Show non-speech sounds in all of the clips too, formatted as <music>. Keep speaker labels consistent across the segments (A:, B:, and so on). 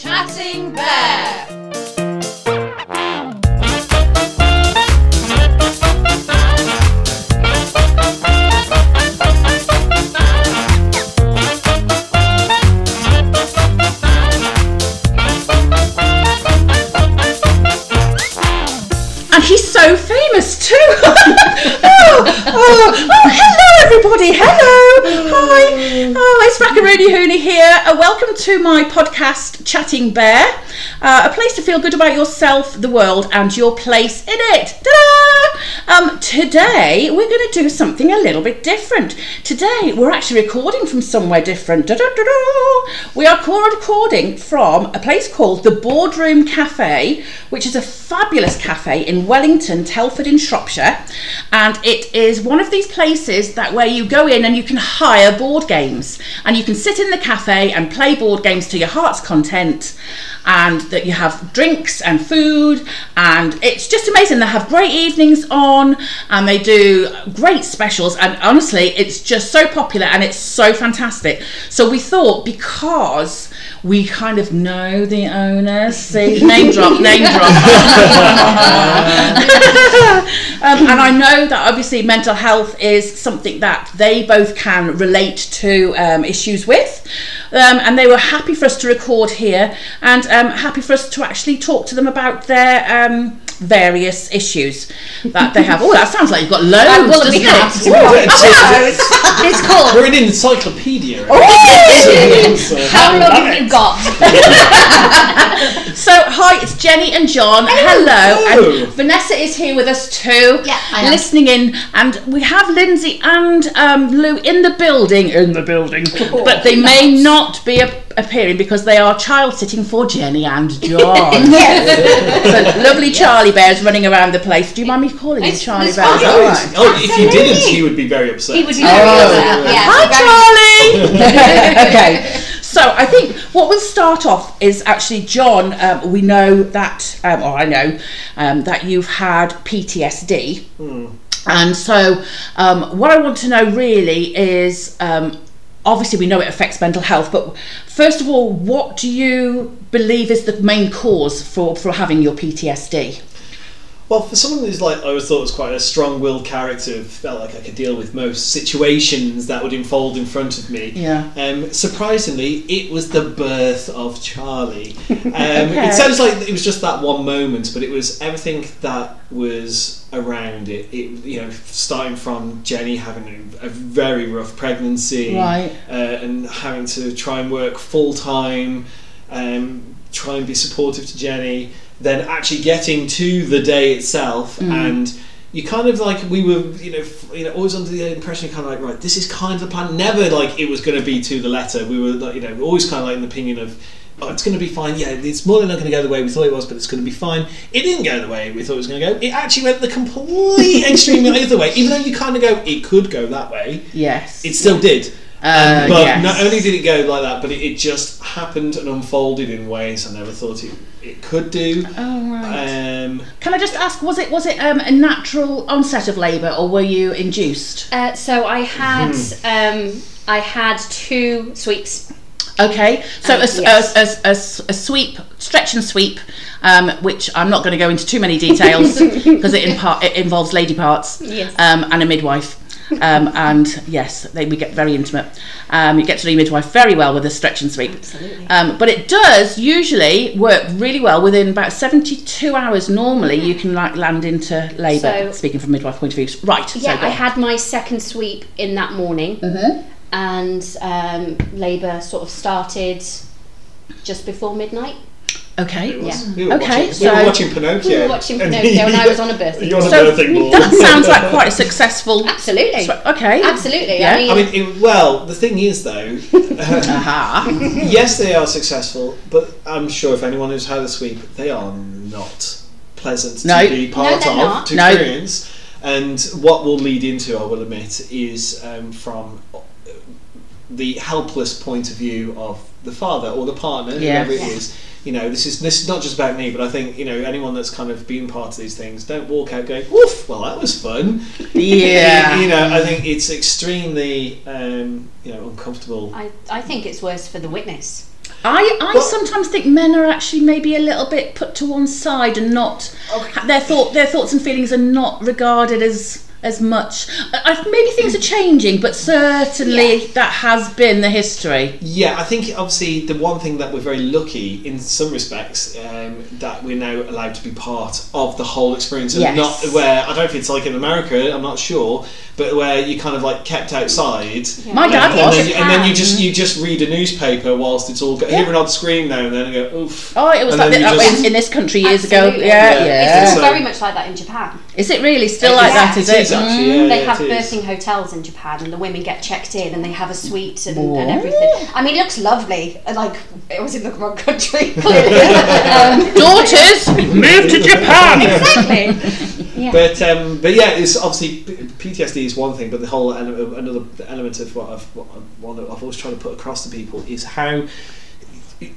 A: Talking Bear.
B: And he's so famous too. oh, oh, oh, hello everybody. Hello. Hi. Oh, it's Macaroni Hooney here. Uh, welcome to my podcast, Chatting Bear, uh, a place to feel good about yourself, the world, and your place in it. Ta-da! Um, today we're going to do something a little bit different. Today we're actually recording from somewhere different. Da-da-da-da. We are co- recording from a place called the Boardroom Cafe, which is a fabulous cafe in Wellington, Telford in Shropshire, and it is one of these places that where you go in and you can hire board games and you can sit in the cafe and play board games to your heart's content and that you have drinks and food and it's just amazing they have great evenings on and they do great specials and honestly it's just so popular and it's so fantastic so we thought because we kind of know the owners see name drop name drop <laughs> um,
A: <laughs>
B: and I know that obviously mental health is something that they both can relate to um, issues with. Um, and they were happy for us to record here and um, happy for us to actually talk to them about their um, various issues that they have. Oh, that sounds like you've got loads.
A: will
B: doesn't
A: be
B: it?
A: asked. <laughs> <laughs>
B: Ooh.
A: It's called
C: We're an encyclopedia.
A: Oh, How Long Have You Got?
B: So, hi, it's Jenny and John. Hello.
C: Hello.
B: And Vanessa is here with us too.
A: Yeah, I am.
B: Listening in. And we have Lindsay and um, Lou in the building. In the building. <laughs> but they may not be ap- appearing because they are child sitting for
A: <laughs>
B: Jenny and John. so, lovely Charlie Bears running around the place. Do you mind me calling you
A: It's-
B: Charlie
A: it's
B: Bears?
A: fine.
B: All
C: Oh,
B: right.
C: it's- oh, if you didn't, he would be very upset.
A: He would be
C: Oh,
A: very
C: yeah.
A: upset, yeah.
B: Hi,
A: Very-
B: Charlie. <laughs> okay. So I think what we'll start off is actually John. Um, we know that, um, or I know um, that you've had PTSD, and so um, what I want to know really is. Um, Obviously, we know it affects mental health, but first of all, what do you believe is the main cause for, for having your PTSD?
C: Well, for someone who's like I always thought was quite a strong-willed character, who felt like I could deal with most situations that would unfold in front of me.
B: Yeah.
C: Um, surprisingly, it was the birth of
A: <laughs>
C: Charlie. Um, It sounds like it was just that one moment, but it was everything that was around it. It you know starting from Jenny having a, a very rough pregnancy,
B: Right.
C: uh, and having to try and work full time, um, try and be supportive to Jenny, then actually getting to the day itself and. You kind of like we were, you know, f- you know, always under the impression, kind of like, right, this is kind of the plan. Never like it was going to be to the letter. We were, like, you know, always kind of like in the opinion of, oh, it's going to be fine. Yeah, it's more than not going to go the way we thought it was, but it's going to be fine. It didn't go the way we thought it was going to go. It actually went the complete extreme other way. Even though you kind of go, it could go that way.
B: Yes.
C: It still did.
B: Uh,
C: Um, but
B: yes.
C: not only did it go like that, but it, it just happened and unfolded in ways I never thought it, it could do.
B: Oh, right.
C: Um,
B: Can I just ask, was it was it um, a natural onset of labour, or were you induced?
D: Uh, so I had um, I had two sweeps.
B: Okay, so
D: Um,
B: a s- a,
D: yes.
B: s- a s- a s- a sweep, stretch and sweep, um, which I'm not going to go into too many
D: <laughs>
B: details because it, impar- it involves lady parts
D: Yes.
B: um, and a midwife. Um, and yes, they, we get very intimate. Um, you get to know your midwife very well with a stretch and sweep.
D: Absolutely.
B: Um, but it does usually work really well within about 72 hours. Normally, you can like land into labour,
D: So-
B: speaking from a midwife point of view. Right,
D: Yeah,
B: so go
D: I
B: on.
D: had my second sweep in that morning,
B: Mm-hmm.
D: and um, labour sort of started just before midnight.
B: Okay.
C: it was,
D: Yeah.
C: we were
B: Okay,
C: watching, we
B: so-
C: were watching Pinocchio.
D: We were watching
C: <laughs> And
D: Pinocchio and I was on a birthday
C: <laughs> You're on a
B: So,
C: birthing ball.
B: That sounds like quite a successful.
D: <laughs> Absolutely,
B: Okay.
D: absolutely.
B: Yeah.
D: I mean,
C: <laughs> I mean, it, well, the thing
D: <laughs>
C: is though, <laughs>
D: Uh-huh.
B: Aha.
C: yes, they are successful, but I'm sure if anyone who's had a sweep, they are not pleasant
B: No.
C: to be part
D: they're
C: of,
D: not.
C: to
B: No.
C: experience. And what we'll lead into, I will admit, is um, from uh, the helpless point of view of the father or the partner,
B: Yeah.
C: whoever it is. You know, this is this is not just about me, but I think you know anyone that's kind of been part of these things. Don't walk out going, "Woof, well that was fun." you
B: Yeah.
C: know, I think it's extremely um, you know uncomfortable
D: I, I think it's worse for the witness.
B: I, I
C: But-
B: sometimes think men are actually maybe a little bit put to one side and not
C: Okay.
B: their thought their thoughts and feelings are not regarded as as much. I, I- maybe things are changing, but certainly that has been the history.
C: Yeah, I think obviously the one thing that we're very lucky in some respects um, that we're now allowed to be part of the whole experience and
B: Yes.
C: not where I don't know if it's like in America, I'm not sure, but where you kind of like kept outside.
B: My
C: And,
B: dad
C: and
B: was.
C: then, you- and then you just you just read a newspaper whilst it's all go- hear an odd scream now and then and go oof.
B: Oh, it was
C: and
B: like
C: then
B: that, that
C: you
B: way
C: just-
B: in, in this country years ago.
D: Absolutely.
B: Yeah,
C: Yeah.
B: yeah.
D: It's
C: So-
D: very much like that in Japan.
B: Is it really still like that? Is it?
C: actually,
B: Mm.
C: yeah,
D: they
C: Oh, yeah,
D: have
C: it is.
D: birthing hotels in Japan, and the women get checked in, and they have a suite and,
B: What?
D: and everything. I mean, it looks lovely. and, Like it was in the wrong country, <laughs> clearly.
B: <laughs>
D: um,
B: Mm. Daughters, move to Japan.
D: exactly.
C: But um, but yeah, it's obviously P- PTSD is one thing, but the whole ele- another element of what I've what I've, what I've always tried to put across to people is how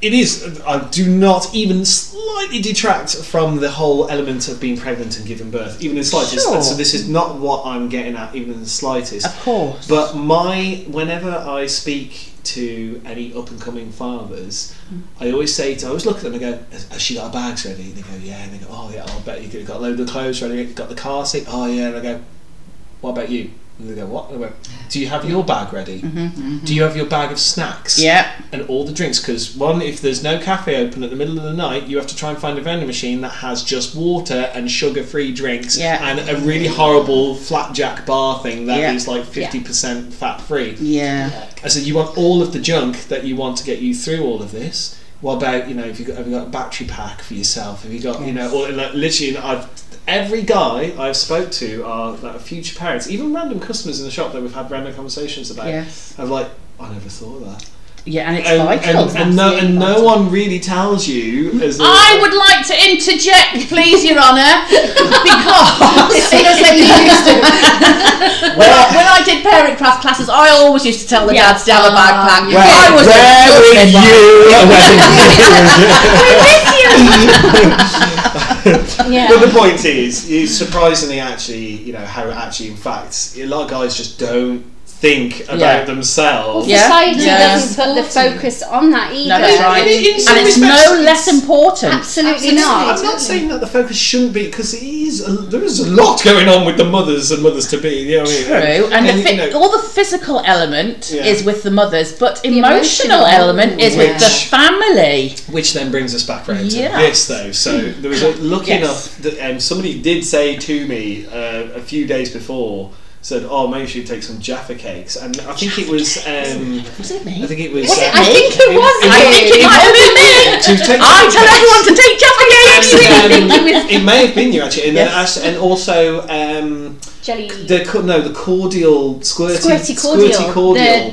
C: it is. I do not even slightly detract from the whole element of being pregnant and giving birth, even in the slightest.
B: Sure.
C: So this is not what I'm getting at, even in the slightest.
B: Of course.
C: But my whenever I speak to any up and coming fathers, I always say to I always look at them and go, "Has has she got her bags ready?" And they go, "Yeah." And they go, "Oh yeah, I bet you've got a load of clothes ready. You've got the car seat. Oh yeah." And I go, "What about you?" And they go, "What?" And I go, "Do you have your bag ready? Do you have your bag of snacks?"
B: yeah.
C: and all the drinks because one if there's no cafe open at the middle of the night you have to try and find a vending machine that has just water and sugar free drinks
B: Yeah.
C: and a really horrible flapjack bar thing that is
B: Yeah.
C: like 50% fat free
B: Yeah.
C: I said you want all of the junk that you want to get you through all of this what about you know if you got, have you got a battery pack for yourself have you got you know or like, literally I've every guy I've spoke to are like future parents even random customers in the shop that we've had random conversations about
B: Yes.
C: I'm like I never thought of that
B: Yeah, and it's
C: and,
B: vital.
C: and, and no, and no one really tells you as a,
B: I would like to interject, please, Your
C: <laughs>
B: Honour, because <laughs>
C: <laughs>
B: when, I, when I did parent craft classes, I always used to tell the
A: Yeah.
B: dads to have a
C: Ah,
B: backpack.
A: Where-
B: I was
E: Where
B: the
E: were
B: good one.
E: you?
C: but the point is, is surprisingly actually you know how actually in fact a lot of guys just don't think about
B: Yeah.
C: themselves
B: Yeah.
D: Society
B: Yeah.
D: doesn't put the focus on that either.
B: No, that's right.
C: In- in some
B: And it's
C: respects,
B: no
C: it's-
B: less important.
D: Absolutely
C: It's-
D: not.
C: I'm not saying that the focus shouldn't be because it is a, there is a lot going on with the mothers and mothers to be you know what I mean?
B: True, and, the
C: you
B: fi-
C: know,
B: all the physical element
C: Yeah.
B: is with the mothers, but emotional,
D: emotional
B: element is with the
C: Which-
B: family.
C: which then brings us back round to
B: Yeah.
C: this
B: <laughs>
C: though so there was a lucky
B: Yes.
C: enough that um, somebody did say to me uh, a few days before said oh maybe you should take some jaffa cakes and I think it was um,
B: Was it
C: I
B: me?
C: think it was.
B: Was it
C: uh,
B: me?
C: it was
B: I think it might have been me.
C: To
B: <laughs>
C: take
B: I tell everyone to take Jaffa Cakes. <laughs>
C: And, um, it may have been you actually, and, then
B: Yes.
C: us- and also um,
D: Jelly.
C: the co- no the cordial squirty
D: Squirty cordial.
C: squirty cordial.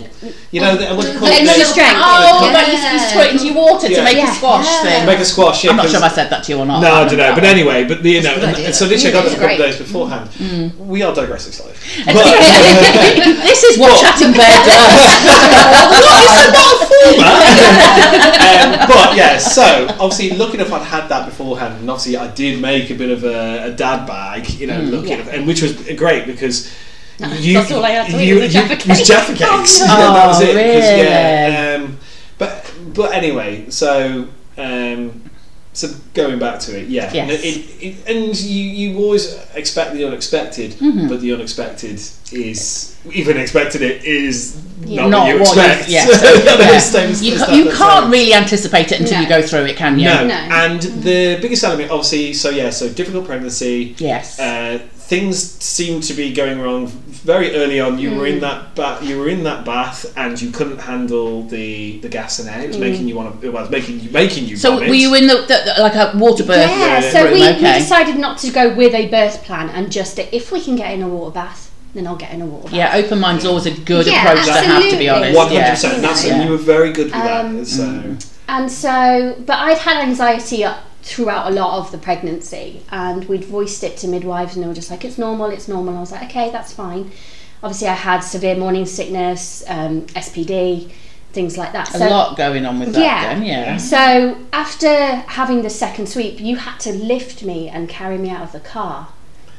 C: you know the, what do you call
D: the
C: it?
D: extra
C: The-
D: strength.
B: Oh,
D: Yeah.
B: that used to be squirted into your water to
C: Yeah.
B: make a
D: Yeah.
B: squash thing.
C: Make a squash. Yeah,
B: I'm not
C: 'cause-
B: sure if I said that to you or not.
C: No, I
B: can't
C: don't know. But
B: remember. <laughs>
C: anyway, but you know, and, and so literally, I got this a
D: It's
C: couple of
D: great.
C: days beforehand. We are digressing slightly, but.
B: <laughs> this is what chatting bear
C: <laughs>
B: does. what is a what
C: um, but yeah, so obviously looking up, I'd had that beforehand, and obviously I did make a bit of a, a dad bag, you
A: Hmm.
C: know, looking up, and which was great because. You,
A: that's all I had to eat was a Jaffa
C: it was
A: cake.
C: Jaffa cakes.
A: <laughs>
C: <laughs> Yeah, that was
B: Oh,
C: it. 'cause, Yeah,
B: really?
C: um, but but anyway, so um, so going back to it, yeah,
B: Yes.
C: it, it, and you, you always expect the unexpected,
B: Mm-hmm.
C: but the unexpected is even expected. It is not,
B: Not
C: what you
B: what you-
C: expect.
B: yeah.
C: That
B: <laughs>
C: <laughs>
B: Yeah.
C: is- that is-
B: You,
C: that's
B: ca- you
C: that's
B: can't
C: right.
B: really anticipate it until
D: No.
B: you go through it, can you?
C: No.
D: No.
C: And the biggest element, obviously, so yeah, so difficult pregnancy.
B: Yes.
C: Uh, things seemed to be going wrong very early on. You
B: Hmm.
C: were in that ba- you were in that bath, and you couldn't handle the, the gas in there. It was making you want to. It was making you making you.
B: Hmm. so
C: vomit.
B: were you in the, the, the like a water birth?
D: yeah,
C: yeah,
D: so
B: room,
D: we, we
B: okay.
D: decided not to go with a birth plan and just if we can get in a water bath, then I'll get in a water bath.
B: Yeah, open mind's always a good
D: Yeah,
B: approach to have, to
D: absolutely.
B: be honest.
C: One hundred
B: yeah.
C: percent. That's
B: Yeah.
C: and you were very good with
D: Um,
C: that. So
D: And so, but I'd had anxiety up throughout a lot of the pregnancy, and we'd voiced it to midwives, and they were just like, "It's normal, it's normal." I was like, "Okay, that's fine." Obviously, I had severe morning sickness, um, SPD, things like that.
B: A lot going on with that
D: Yeah.
B: then, yeah.
D: So after having the second sweep, you had to lift me and carry me out of the car.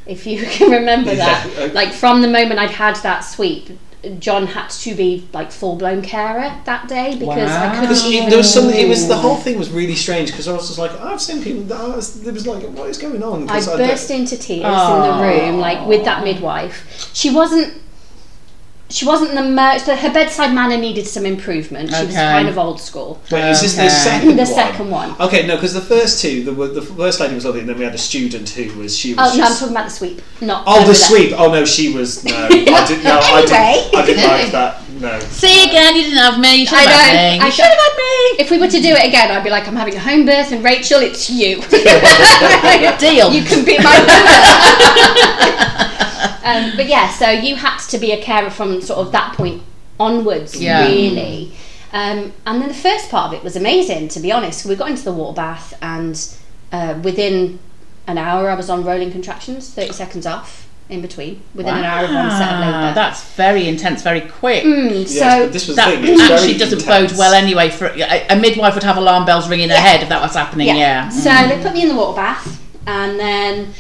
D: If you <laughs> can remember
C: Yeah,
D: that,
C: okay.
D: like from the moment I'd had that sweep, John had to be like full blown carer that day because I
B: Wow.
D: couldn't
C: Because
D: even.
C: it- there was some, it was
B: Oh.
C: the whole thing was really strange because I was just like I've seen people that I was, it was like what is going on?
D: I
C: 'Cause don't-
D: burst into tears in the room, like with that midwife. She wasn't. She wasn't an emer- so her bedside manner needed some improvement. She was
B: Okay.
D: kind of old school.
C: Wait, is this the
B: Okay.
C: second one? Uh,
D: The second one.
C: Okay, no, because the first two, the, the first lady was lovely, and then we had a student who was she was.
D: Oh no, I'm
C: just-
D: talking about the sweep, not
C: Oh,
D: over
C: the
D: there.
C: sweep. Oh no, she was no. I did, no I didn't. I didn't like that. No.
B: See again, you didn't have me. You should
D: I
B: have
D: know.
B: had me.
D: I
B: You should have
D: should-
B: had me.
D: If we were to do it again, I'd be like, I'm having a home birth, and Rachel, it's <laughs> you.
B: Deal.
D: you can be <laughs> my doer. um, but yeah, so you had to be a carer from sort of that point onwards,
B: Yeah.
D: really. Um, and then the first part of it was amazing, to be honest. We got into the water bath, and uh, within an hour, I was on rolling contractions, 30 seconds off in between, within an hour of one set of
B: Wow,
D: labour.
B: Ah, That's very intense, very quick.
D: Mm,
C: Yes,
D: so
C: but this was the
B: That
C: thing. It was
B: actually
C: very
B: doesn't
C: intense.
B: bode well anyway. For a, a midwife would have alarm bells ringing in her head if that was happening. Yeah.
D: So they put me in the water bath, and then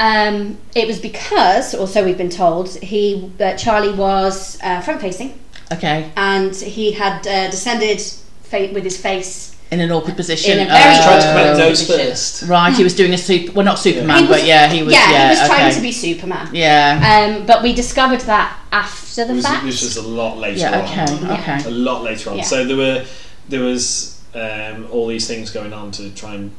D: um, it was because, or so we've been told, he that Charlie was uh, front facing,
B: Okay.
D: and he had uh, descended fa- with his face.
B: In an awkward position.
D: In a very
C: She tried to come
B: Oh.
C: out nose
D: position.
C: first.
B: Right, he was doing a super. Well, not Superman,
D: He was-
B: Um, but yeah, he was.
D: yeah,
B: Yeah,
D: he was trying
B: okay.
D: to be Superman.
B: Yeah.
D: Um, but we discovered that after the
C: It was,
D: fact.
C: this was a lot later
B: Yeah.
C: on.
B: Okay. Okay.
C: a lot later on.
D: Yeah.
C: So there were there was um, all these things going on to try and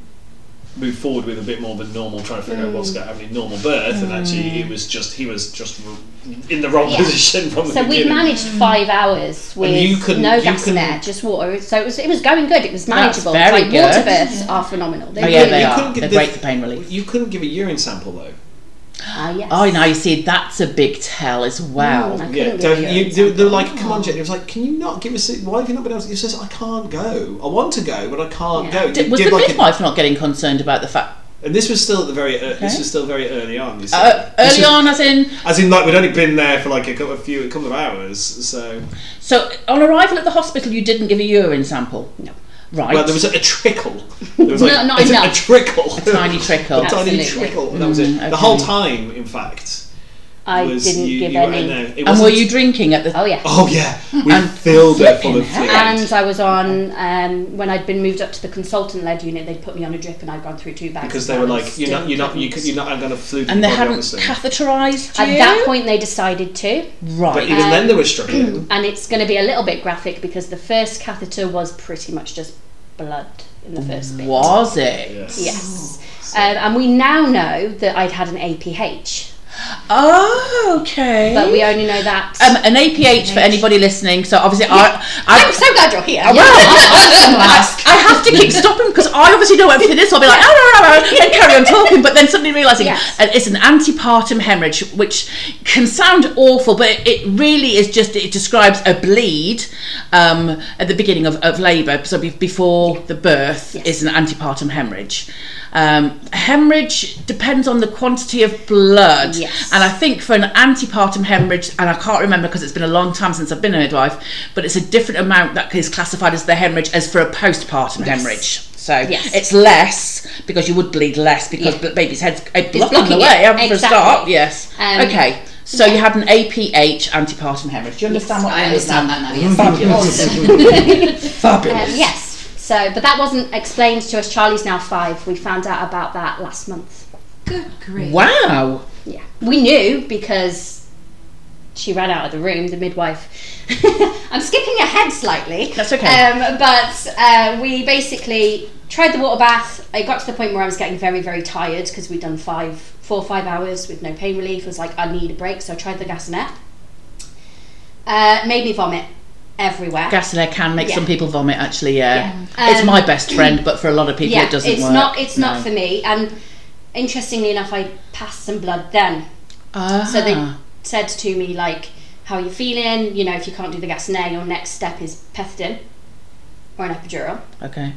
C: move forward with a bit more than normal, trying to figure out
D: Mm.
C: what's going to happen in normal birth, and actually it was just he was just r- in the wrong
D: Yeah.
C: position from the
D: so we
C: beginning.
D: managed
B: Mm.
D: five hours with
C: you couldn't-
D: no
C: you
D: gas in
C: couldn't-
D: there, just water. So it was it was going good. It was manageable.
B: very
D: like
B: good.
D: water births are phenomenal. They
B: Oh, yeah,
D: really
B: they
C: you
B: are.
C: couldn't get
B: They're
C: the-
B: great for pain relief.
C: You couldn't give a urine sample though.
D: are. Ah, Yes.
B: Oh, now you see, that's a big tell as well.
D: Mm, I
C: Yeah,
D: couldn't give a
C: don't-
D: urine
C: you, they, they were
D: sample.
C: like, "Come on, Jenny." It was like, "Can you not give us? A, why have you not been able?" to He says, "I can't go. I want to go, but I can't
D: Yeah.
C: go." You
B: Did, was
C: give
B: the
C: like a-
B: midwife not getting concerned about the fact?
C: and this was still at the very. ear- This
B: Okay.
C: was still very early on. You see.
B: Uh,
C: This
B: early
C: was-
B: on, as in,
C: as in like we'd only been there for like a couple, a few, a couple of hours, so.
B: so on arrival at the hospital, you didn't give a urine sample. No. Right.
C: Well, there was a, trickle. There was like
D: No, not
C: a, a
D: enough.
C: trickle, a
B: tiny
C: <laughs>
B: trickle. Mm,
C: a tiny
D: Absolutely.
C: trickle. and That was it.
B: okay.
C: The whole time, in fact,
D: I
C: was
D: didn't
C: you,
D: give
C: you
D: any.
C: no, it
B: and
C: wasn't-
B: were you drinking at the?
D: Oh yeah.
C: Oh yeah, we
B: And
C: filled it full
B: flipping
C: of fluid.
D: And I was on um, when I'd been moved up to the consultant-led unit. They'd put me on a drip, and I'd gone through two bags.
C: because
D: of
C: they were
D: tablets,
C: like, you're not, you're not, you,
D: different
C: could- you're not going to fluid.
B: and they
C: your body,
B: hadn't
C: obviously.
B: catheterised you.
D: tablets. At that point, they decided to,
C: But
B: right.
C: even then, they were <clears throat> struggling.
D: and it's going to be a little bit graphic because the first catheter was pretty much just blood in the first bit.
B: was it?
C: yes. Oh,
D: Yes. Um, and we now know that I'd had an APH,
B: Oh, okay.
D: but we only know that. <laughs>
B: um, an APH for anybody listening. So obviously, I, I
D: I'm so glad you're here.
B: <laughs> Well, I, I have to keep stopping because I obviously know everything is. So I'll be like, oh, oh, oh, oh, and carry on talking, but then suddenly realizing uh,
D: Yes.
B: it's an antepartum hemorrhage, which can sound awful, but it, it really is just it describes a bleed um, at the beginning of, of labour, so be, before the birth is an antepartum hemorrhage. Um, hemorrhage depends on the quantity of blood,
D: Yes.
B: and I think for an antepartum hemorrhage, and I can't remember because it's been a long time since I've been a midwife, but it's a different amount that is classified as the hemorrhage as for a postpartum hemorrhage. So
D: Yes.
B: it's less because you would bleed less because the baby's head's it's blocked on the
D: blocking
B: way.
D: it.
B: haven't for a
D: Exactly.
B: start. Yes.
D: Um,
B: okay. So you had an APH antepartum hemorrhage. Do you understand what
E: I
B: that is
E: understand
B: now?
E: that now. Yes.
B: Fabulous.
D: Um, yes. So, but that wasn't explained to us. Charlie's now five. We found out about that last month.
E: Good grief.
B: Wow.
D: Yeah, we knew because she ran out of the room. The midwife. <laughs> I'm skipping ahead slightly.
B: That's okay.
D: Um, but uh, we basically tried the water bath. I got to the point where I was getting very, very tired because we'd done five, four, or five hours with no pain relief. I was like, I need a break, so I tried the Gassonet. Uh, made me vomit everywhere.
B: Gas in air can make
D: Yeah.
B: some people vomit. Actually, yeah.
D: Yeah.
B: it's
D: Um,
B: my best friend, but for a lot of people, it doesn't
D: it's
B: work.
D: not. It's not
B: No.
D: for me. And interestingly enough, I passed some blood then. So they
B: Ah.
D: said to me like, "How are you feeling? You know, if you can't do the gas and air, your next step is pethidine or an epidural,
B: Okay.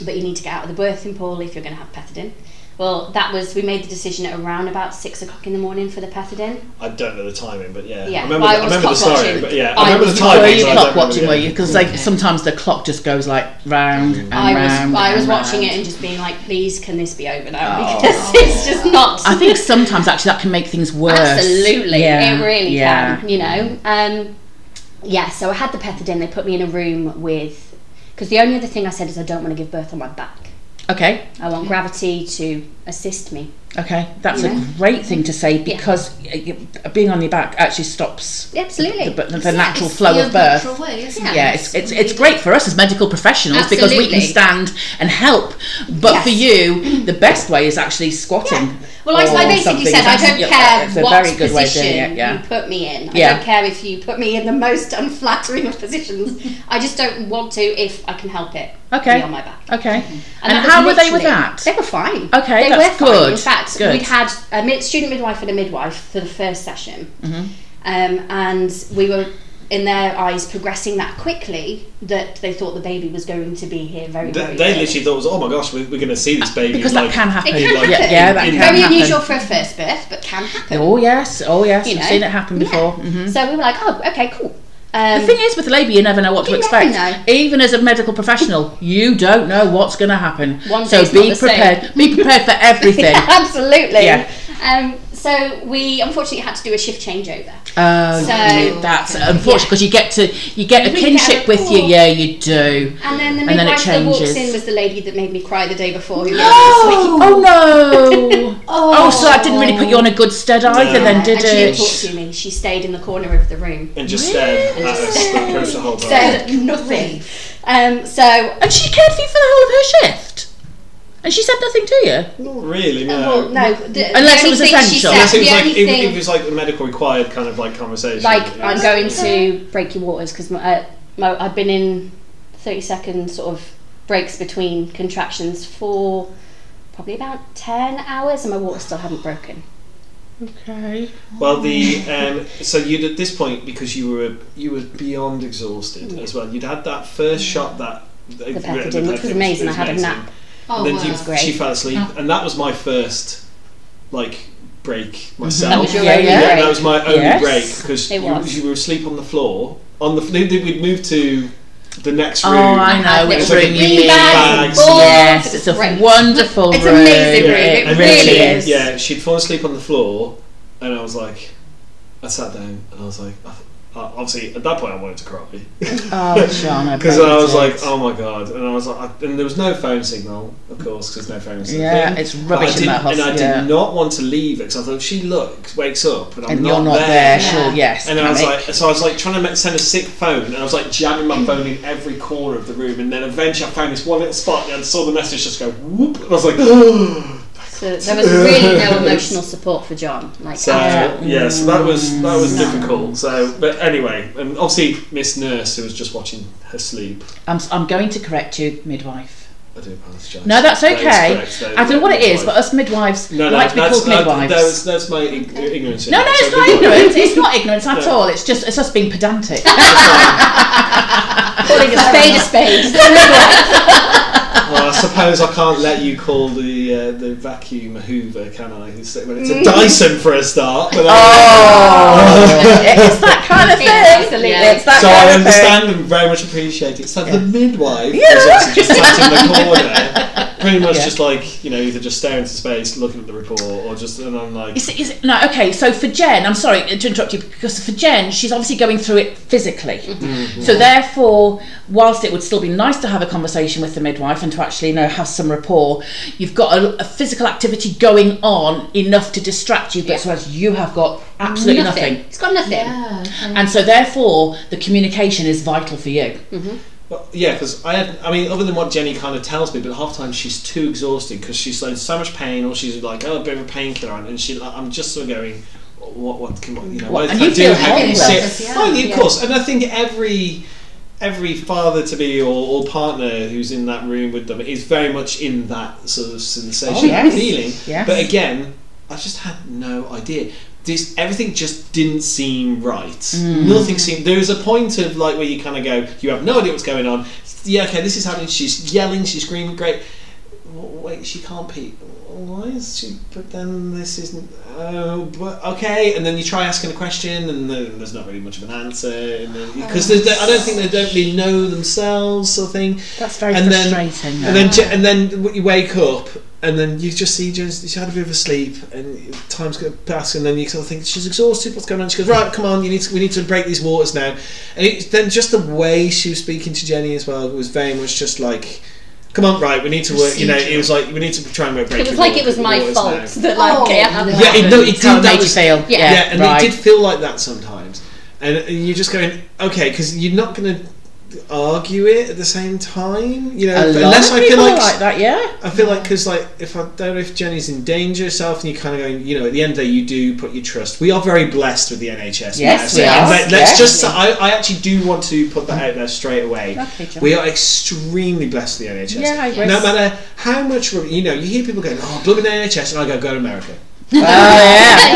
D: but you need to get out of the birthing pool if you're going to have pethidine." Well, that was we made the decision at around about six o'clock in the morning for the pethidine.
C: I don't know the timing, but yeah,
D: Yeah,
C: I remember,
D: well, I
C: I
D: was
C: remember the
D: clock
C: story,
D: watching.
C: but yeah,
D: I
C: I remember the
D: was-
C: timing.
B: Were you
C: but I
B: clock
C: don't remember
B: watching?
C: the-
B: Were you? Because like sometimes the clock just goes like round and
D: I was
B: round.
D: I was
B: and
D: watching
B: round.
D: it and just being like, "Please, can this be over now?" Because <laughs> it's just not.
B: Oh. I think sometimes actually that can make things worse.
D: Absolutely,
B: Yeah,
D: it really
B: yeah.
D: can. You know, um, yeah, so I had the pethidine. They put me in a room with because the only other thing I said is I don't want to give birth on my back.
B: Okay,
D: I want gravity to assist me.
B: okay, that's
D: Yeah.
B: a great thing to say because uh, y- being on your back actually stops
D: Yeah, absolutely.
B: the, the, the natural flow of birth.
A: yeah.
B: Yeah, it's, it's, it's great for us as medical professionals because we can
A: Absolutely.
B: stand and help. But for you, the best way is actually squatting.
A: Well, I, I
B: or
A: basically
B: something.
A: said I don't
B: Yeah,
A: care
B: it's a
A: what
B: very good way of
A: position
B: doing it, yeah.
D: You put me in. I
B: Yeah.
D: don't care if you put me in the most <laughs> unflattering of positions. I just don't want to if I can help it.
B: Okay.
D: Be on my back.
B: Okay. And,
D: that was
B: how were they with
D: literally-
B: that?
D: They were fine.
B: Okay,
D: they
B: that's
D: were fine. In
B: good,
D: fact,
B: good.
D: we'd had a mid- student midwife and a midwife for the first session,
B: Mm-hmm.
D: um, and we were in their eyes progressing that quickly that they thought the baby was going to be here very,
C: They,
D: very
C: they
D: soon.
C: literally thought, it was, "Oh my gosh, we're, we're going to see this baby."
B: Because
C: like,
B: that can happen.
D: It can
C: like-
D: happen.
B: Yeah, yeah, that can
D: very
B: happen.
D: unusual for a first birth, but can happen.
B: Oh yes, oh yes,
D: you
B: I've
D: know?
B: seen it happen
D: Yeah.
B: before. hmm
D: So we were like, oh, okay, cool. Um,
B: The thing is, with labour, you never know what to
D: You never
B: expect.
D: know.
B: Even as a medical professional, you don't know what's going to happen.
D: One
B: so
D: day's
B: be
D: not the same.
B: prepared. Be prepared for
D: <laughs>
B: everything.
D: yeah, absolutely.
B: Yeah.
D: Um, so we unfortunately had to do a shift changeover.
B: Oh,
D: So-
B: yeah, that's unfortunate because you get to you get a
D: We get
B: kinship
D: a
B: with you.
D: rapport.
B: Yeah, you do.
D: And then the
B: And then it
D: midwife that walks
B: changes.
D: in was the lady that made me cry the day before.
C: <gasps>
D: Who
B: Oh
D: <laughs>
B: no! oh, so that didn't really put you on a good stead either,
C: No.
B: then, did
D: and she
B: it?
D: didn't talk to me. She stayed in the corner of the room.
C: and just stared at us like, across the whole time. <laughs>
D: Said nothing. Um,
C: Uh,
D: so,
B: And she cared for you for the whole of her shift. And she said nothing to you.
C: Not really, no.
D: well, no. The,
B: Unless
D: the
B: it was
D: only thing she
B: essential.
D: said-
B: Unless
C: Unless it was
D: the
C: like
D: only
C: it,
D: thing-
C: it was like a medical required kind of like conversation.
D: like I'm going to break your waters because my, uh, my, I've been in 30 second sort of breaks between contractions for probably about 10 hours and my waters still haven't broken.
B: Okay.
C: Well, the um, so you'd at this point because you were you were beyond exhausted as well. You'd had that first shot that the
D: pethidine, which was amazing. I had a nap.
A: Oh,
C: And then
A: wow.
C: you,
D: was great.
C: she fell asleep, and that was my first like
D: <laughs>
C: break myself.
D: was your
B: Oh, Yeah,
D: only
B: yeah.
C: Yeah,
D: break.
C: that was my only
B: Yes.
C: break because
D: It was.
C: you, you were asleep on the floor. On the fl- we'd moved to the next
B: Oh,
C: room.
B: I know which
C: It's like a
B: room you
C: bean
B: mean.
C: bag,
D: balls.
B: Yes, it's a
D: Great.
B: wonderful
D: It's
B: room.
D: amazing room, it
C: and then
D: really
C: she-
D: is.
C: Yeah, she'd fallen asleep on the floor, and I was like, I sat down and I was like, I, I, obviously at that point I wanted to <laughs> cry
B: Oh, Sean, I
C: <laughs> because
B: bet
C: I
B: you
C: was
B: did.
C: like, oh my god, and I was like, I, and there was no phone signal, of course, because no phone signal.
B: Yeah, it's
C: But I
B: rubbish in
C: didn't-
B: that
C: and I
B: hospital.
C: did
B: Yeah.
C: not want to leave it because I thought if she looks, wakes up, and I'm
B: And
C: not,
B: you're not there, sure, yes.
C: And I was
B: panic.
C: like, so I was like trying to make, send a sick phone, and I was like jamming my phone in every corner of the room, and then eventually I found this one little spot and I saw the message just go whoop, and I was like, <gasps>
D: So there was really
C: <laughs>
D: no emotional support for John. Like,
C: so
D: at all.
C: yeah, so that was that
B: Mm.
C: was difficult. So, but anyway, and obviously Miss Nurse who was just watching her sleep.
B: I'm, I'm going to correct you, midwife.
C: I do apologise.
B: No, that's
C: That is
B: okay.
C: correct, though,
B: I don't know what it is,
C: midwife.
B: but us midwives
C: no, no,
B: like to be
C: that's,
B: called midwives.
C: that was, that's my ig- ignorance.
B: no, no, it's
C: So
B: not
C: midwife.
B: ignorance. It's not ignorance at
C: No.
B: all. It's just it's us being pedantic.
D: calling a spade a
B: <laughs>
D: spade.
C: <laughs> Well, I suppose I can't let you call the uh, the vacuum a Hoover, can I? It's, well, it's
B: Mm.
C: a Dyson for a start. But
B: oh, <laughs> it's that kind of thing.
D: Absolutely.
B: It's that
C: so
B: kind
C: I
B: of thing.
C: understand and very much appreciate it. So the midwife is obviously just sat in the
B: <laughs>
C: corner, pretty much
B: Yeah.
C: just like you know either just staring into space, looking at the report, or just and I'm like,
B: Is, is, no, okay, so for Jen, I'm sorry to interrupt you because for Jen, she's obviously going through it physically. So, therefore, whilst it would still be nice to have a conversation with the midwife and to actually you know have some rapport, you've got a, a physical activity going on enough to distract you, but whereas you have got absolutely nothing.
D: Nothing. It's got nothing.
E: uh,
B: And so, therefore, the communication is vital for you.
C: Well, yeah, because I had, I mean, other than what Jenny kind of tells me, but half the time she's too exhausted because she's in so much pain, or she's like, oh, a bit of a painkiller, and and she, like, I'm just sort of going, what, what, can, what you know,
B: What-
C: what,
B: and
C: can I
B: you
C: do?
B: feel
C: How can you
B: helpless,
C: sit?
A: yeah.
C: Well, of
D: Yeah.
C: course, and I think every every father to be or, or partner who's in that room with them is very much in that sort of sensation
B: Oh, yes.
C: and feeling.
B: Yes.
C: But again, I just had no idea. This everything just didn't seem right.
B: Mm.
C: Nothing seemed. There is a point of like where you kind of go, you have no idea what's going on. Yeah, okay, this is happening. She's yelling, she's screaming, great. W- Wait, she can't pee. Why is she? But then this isn't. Oh, but okay. And then you try asking a question, and then there's not really much of an answer. Because I don't think they don't really know themselves, sort of thing
B: That's very
C: and then,
B: frustrating.
C: and then, j- and then w- you wake up and then you just see Jones. She's had a bit of a sleep, and time's going to pass, and then you sort of think she's exhausted. What's going on? She goes, right, come on, you need to, we need to break these waters now. And it, then just the way she was speaking to Jenny as well was very much just like, come on, right, we need to work. You know, it was like we need to try and break.
D: It was
C: through
D: like
C: wa-
D: it was my
C: waters
D: fault
C: now."
D: that like
A: Oh.
D: it happened.
C: Yeah, it, no, it did.
B: How it
C: That
B: made you
C: was
B: feel. Yeah,
C: yeah, and
B: right.
C: they did feel like that sometimes. And, and you're just going, okay, because you're not going to argue it at the same time, you know.
B: A lot
C: unless
B: of
C: I feel
B: people
C: like,
B: are like that, yeah.
C: I feel like because like if I don't know if Jenny's in danger herself, and you kind of going, you know, at the end of the day, you do put your trust. We are very blessed with the NHS.
B: Yes,
C: now,
B: we
C: and
B: are.
C: Let, us
B: Yes.
C: just. I, I actually do want to put that out there straight away.
B: Okay, John.
C: We are extremely blessed with the NHS.
B: Yeah, I agree.
C: No matter how much rub- you know, you hear people going, "Oh, blooming NHS," and I go, "Go to America.
B: Oh, yeah. <laughs>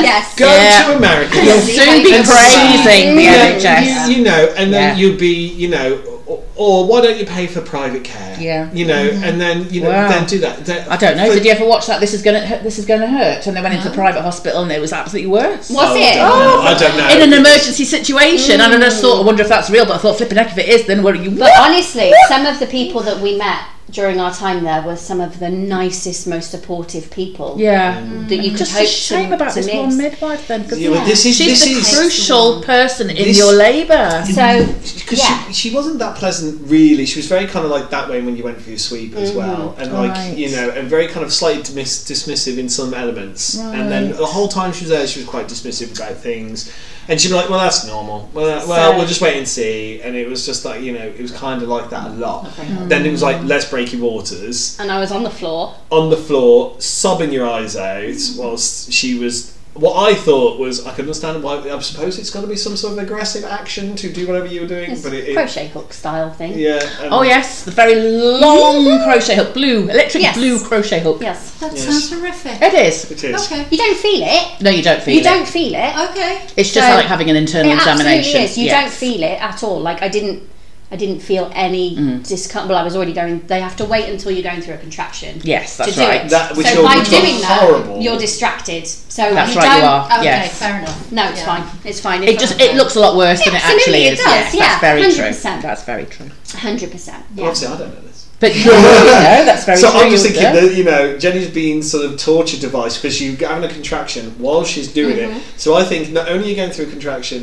D: yes.
C: Go
B: Yeah.
C: to America."
B: You'll soon be
C: And so-
B: praising the
C: Yeah,
B: NHS.
C: You, you know, and then
B: Yeah.
C: you'll be, you know, or, or why don't you pay for private care?
B: Yeah.
C: You know, and then you know,
B: Wow.
C: then do that. Then-
B: I don't know.
C: for-
B: Did you ever watch that? This is gonna hurt. This is gonna hurt. And they went into the private hospital, and it was absolutely worse.
D: Was
C: I
D: it?
C: don't know. Oh, I don't know.
B: Oh. In an emergency situation, and I just thought,
D: Mm.
B: I wonder if that's real. But I thought, flipping heck, if it is, then what are you?
D: But honestly, some of the people that we met during our time there were some of the nicest, most supportive people
B: yeah.
D: that you could
B: Just
D: hope
B: a shame
D: to,
B: about
D: to
B: this
D: meet.
B: one midwife then, because
C: Yeah, well, this is
B: she's
C: this
B: the
C: is
B: crucial person in
C: This-
B: your labour.
D: So
C: because
D: Yeah.
C: she, she wasn't that pleasant really she was very kind of like that way when you went for your sweep as well and like
B: Mm-hmm. Right.
C: you know and very kind of slightly dismiss, dismissive in some elements and then the whole time she was there she was quite dismissive about things and she'd be like well that's normal well, that, well
D: So-
C: we'll just wait and see and it was just like you know it was kind of like that a lot then it was like let's break your waters
D: and I was on the floor.
C: on the floor, sobbing your eyes out, whilst she was. What I thought was, I could understand why. I suppose it's got to be some sort of aggressive action to do whatever you were doing,
D: It's
C: but it, it
D: crochet hook style thing.
C: yeah. um, and-
B: Oh yes, the very long crochet hook, blue, electric
D: Yes.
B: blue crochet hook.
D: Yes.
E: That
C: Yes.
E: sounds horrific.
B: It is.
C: it is.
E: Okay.
D: You don't feel it.
B: No, you don't feel
D: you
B: it.
D: don't feel it.
E: Okay.
B: It's just
D: So-
B: like having an internal
D: it
B: examination.
D: absolutely is. You
B: Yes.
D: don't feel it at all. Like I didn't. I didn't feel any
B: Mm.
D: discomfort. Well, I was already going. They have to wait until you're going through a contraction.
B: Yes, that's
D: to do
B: right.
D: It.
C: That- which
D: so
C: are-
D: by
C: which are
D: doing that,
C: horrible.
D: you're distracted. So
B: That's
D: you
B: right, you
D: don't.
B: are.
E: Okay,
B: Yes.
E: fair enough.
D: No, it's
E: Yeah.
D: fine. It's fine.
B: It just it looks a lot worse than it
D: Absolutely,
B: actually
D: it
B: is.
D: does,
B: yes,
D: yeah,
B: that's very true.
D: 100%.
B: That's very true.
D: hundred percent.
C: Well, obviously, I don't know this.
B: <laughs> But you know, that's very
C: So
B: true.
C: I'm just
B: Hilda.
C: thinking that you know Jenny's been sort of torture device because you're having a contraction while she's doing
D: Mm-hmm.
C: it. So I think not only are you going through a contraction,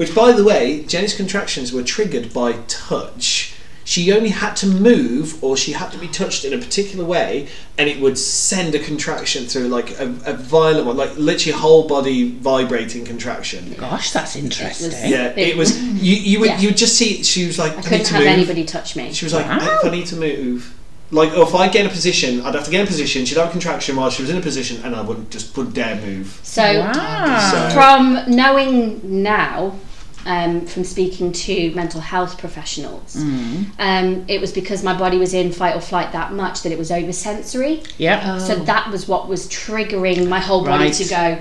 C: which by the way, Jenny's contractions were triggered by touch. She only had to move or she had to be touched in a particular way, and it would send a contraction through like a, a violent one, like literally whole body vibrating contraction.
B: Gosh, that's interesting.
C: Yeah, it was. You you would
D: Yeah.
C: you would just see. She was like, I,
D: I
C: need
D: couldn't
C: to
D: have
C: move.
D: anybody touch me.
C: She was like, if I need to move, like, or if I get in a position, I'd have to get in a position. She'd have a contraction while she was in a position, and I wouldn't just would dare move.
D: So
B: Wow.
C: So-
D: from knowing now, um, from speaking to mental health professionals,
B: Mm.
D: um, it was because my body was in fight or flight that much that it was Oh. oversensory.
B: Yeah.
D: So that was what was triggering my whole body
B: Oh. Right.
D: to go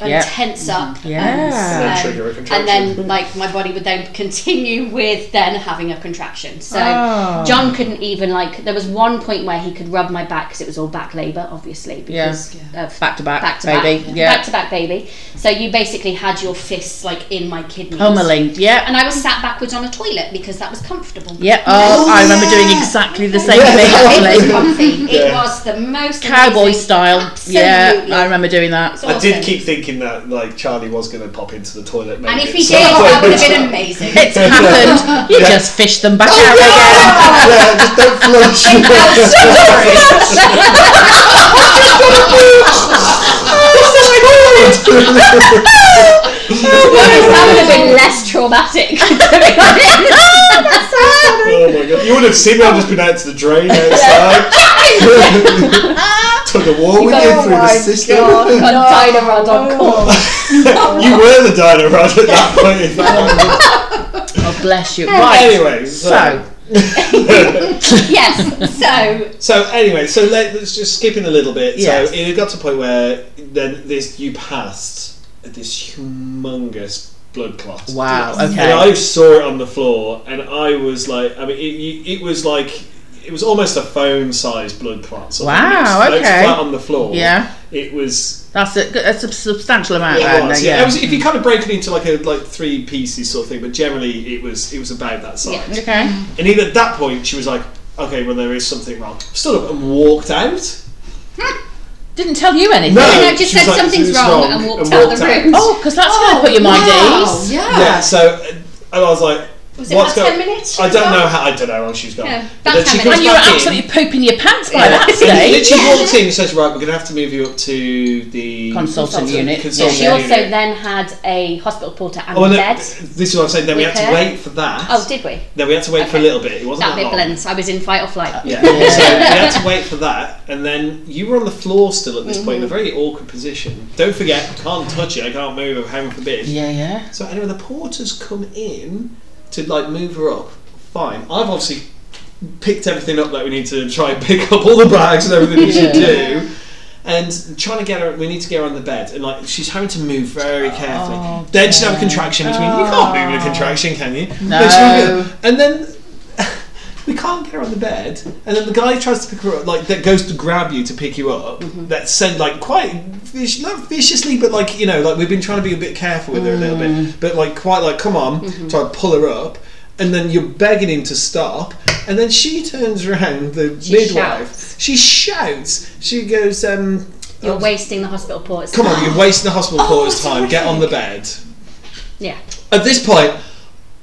D: and
B: Yeah.
D: tense up.
B: Yeah.
C: And
D: And, so-
C: trigger a contraction.
D: and then, like, my body would then continue with then having a contraction. So,
B: Oh.
D: John couldn't even, like, there was one point where he could rub my back because it was all back labour, obviously,
B: Yeah.
D: because of
B: Back to back,
D: back to
B: baby.
D: back,
B: Yeah.
D: back to back, baby. So you basically had your fists like in my kidneys,
B: Pummeling. Yeah.
D: and I was sat backwards on a toilet because that was comfortable.
B: Yeah, oh, I remember doing exactly the same
D: it
B: thing.
D: was
B: Actually.
D: comfy. It
C: Yeah.
D: was the most
B: Cowboy
D: amazing-
B: style.
D: Absolutely.
B: Yeah, I remember doing that.
D: It's
C: I
D: awesome.
C: did keep thinking that like Charlie was going to pop into the toilet.
D: and if
C: maybe
D: he
C: at
D: did,
C: some
D: that
C: point.
D: would
C: <laughs>
D: have been amazing. Oh, <laughs>
B: It's happened. You
C: Yeah.
B: just fish them back out again.
C: yeah, just don't flush. <laughs>
D: <laughs>
C: Oh
D: <laughs> Whereas that would have been less
B: <laughs>
D: traumatic.
C: oh my god! You would have seen me. I've just been out to the drain outside. Took a war with you
B: Oh
C: through the system.
D: Got died around on corn.
C: <laughs> you were the dino rod at that point.
B: <laughs>
C: in time.
B: Oh, bless you. Right.
C: Anyway,
B: So,
D: Yes. So
C: So anyway, so let, us just skip in a little bit.
B: Yes.
C: So it got to a point where then this you passed this humongous blood clot.
B: wow.
C: And
B: Okay.
C: I saw it on the floor, and I was like, I mean, it, it, it was like it was almost a phone-sized blood clot. sort of thing. It was
B: Wow,
C: flat- it was
B: okay.
C: Flat on the floor.
B: Yeah.
C: It was.
B: That's a, that's a substantial amount.
C: It
B: there,
C: was.
B: no,
C: Yeah. It was- if you kind of break it into like a like three pieces sort of thing, but generally it was it was about that size.
D: Yeah.
B: Okay.
C: And even at that point, she was like, okay, well, there is something wrong. Stood up and walked out.
B: Hmm. Didn't tell you anything.
C: No,
D: I just
C: she
D: said
C: was like,
D: something's
C: "It's
D: wrong," and walked out the room.
B: Oh, because that's going to put your mind at
A: wow,
B: ease.
A: Yeah.
C: Yeah, so uh, and I was like,
D: Was it
C: what's
D: about
C: going-
D: 10 minutes?
C: I don't know how I don't know how long she's gone.
D: Yeah,
C: But
D: about
C: then she
D: 10
C: comes
D: minutes.
B: And you were
C: back in.
B: absolutely pooping your pants by that
C: And he
B: stage.
C: literally walked in and says, Right, we're going to have to move you up to the
B: Consultant unit.
C: Consultant
D: She
B: Yeah.
D: also
C: unit.
D: then had a hospital porter and
C: Oh,
D: a
C: no,
D: bed.
C: this is what I'm saying. Then we
D: With
C: had to
D: her.
C: wait for that.
D: Oh, did we?
C: Then we had to wait for a
D: Okay.
C: little bit. It wasn't
D: That bit
C: that long.
D: blends. I was in fight or flight.
C: <laughs> Yeah. so we
D: <laughs>
C: had to wait for that, and then you were on the floor still at this point in a
D: Mm-hmm.
C: very awkward position. Don't forget, can't touch it. I can't move. Heaven forbid.
B: Yeah, yeah.
C: So anyway, the porters come in to like move her up. Fine. I've obviously picked everything up that we need to try and pick up all the bags and everything we should
B: Yeah.
C: do. And trying to get her, we need to get her on the bed, and like she's having to move very carefully. then she'll have a contraction between. You can't move in a contraction, can you?
B: No.
C: Then she'll go- and then <laughs> we can't get her on the bed, and then the guy tries to pick her up, like that goes to grab you to pick you up. That send like quite vic- not viciously, but like you know, like we've been trying to be a bit careful with her a little bit, but like quite like come on, try to pull her up, and then you're begging him to stop, and then she turns around the
D: She
C: midwife,
D: shouts.
C: she shouts, she goes, um,
D: You're wasting the hospital porter.
C: "Come on, you're wasting the hospital
B: Oh,
C: porter's time. Get on the bed."
D: Yeah.
C: At this point,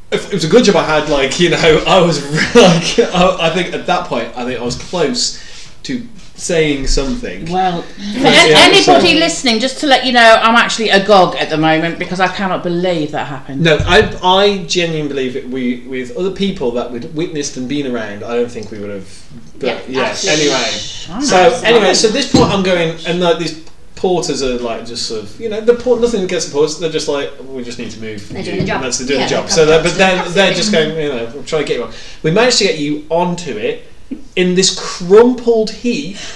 C: if it was a good job I had, like, you know, I was <laughs> like, I, I think at that point, I think I was close to saying something.
B: Well, for
C: Yeah,
B: an- anybody
C: so-
B: listening, just to let you know, I'm actually agog at the moment because I cannot believe that happened.
C: No, I, I genuinely believe it. We, with other people that we'd witnessed and been around, I don't think we would have. But
D: Yeah,
C: yeah,
D: absolutely.
C: anyway.
D: Oh,
B: Shine.
C: So anyway, so at this point, I'm going, and like these porters are like just sort of, you know, the port nothing against the porters. They're just like, we just need to move.
D: They're
C: you,"
D: doing the job.
C: And that's they're doing
D: Yeah,
C: the job.
D: they've
C: So,
D: got
C: they're,
D: jobs
C: but
D: to
C: then
D: do.
C: they're just going, you know, we'll try to get you on. We managed to get you onto it in this crumpled heap. <laughs>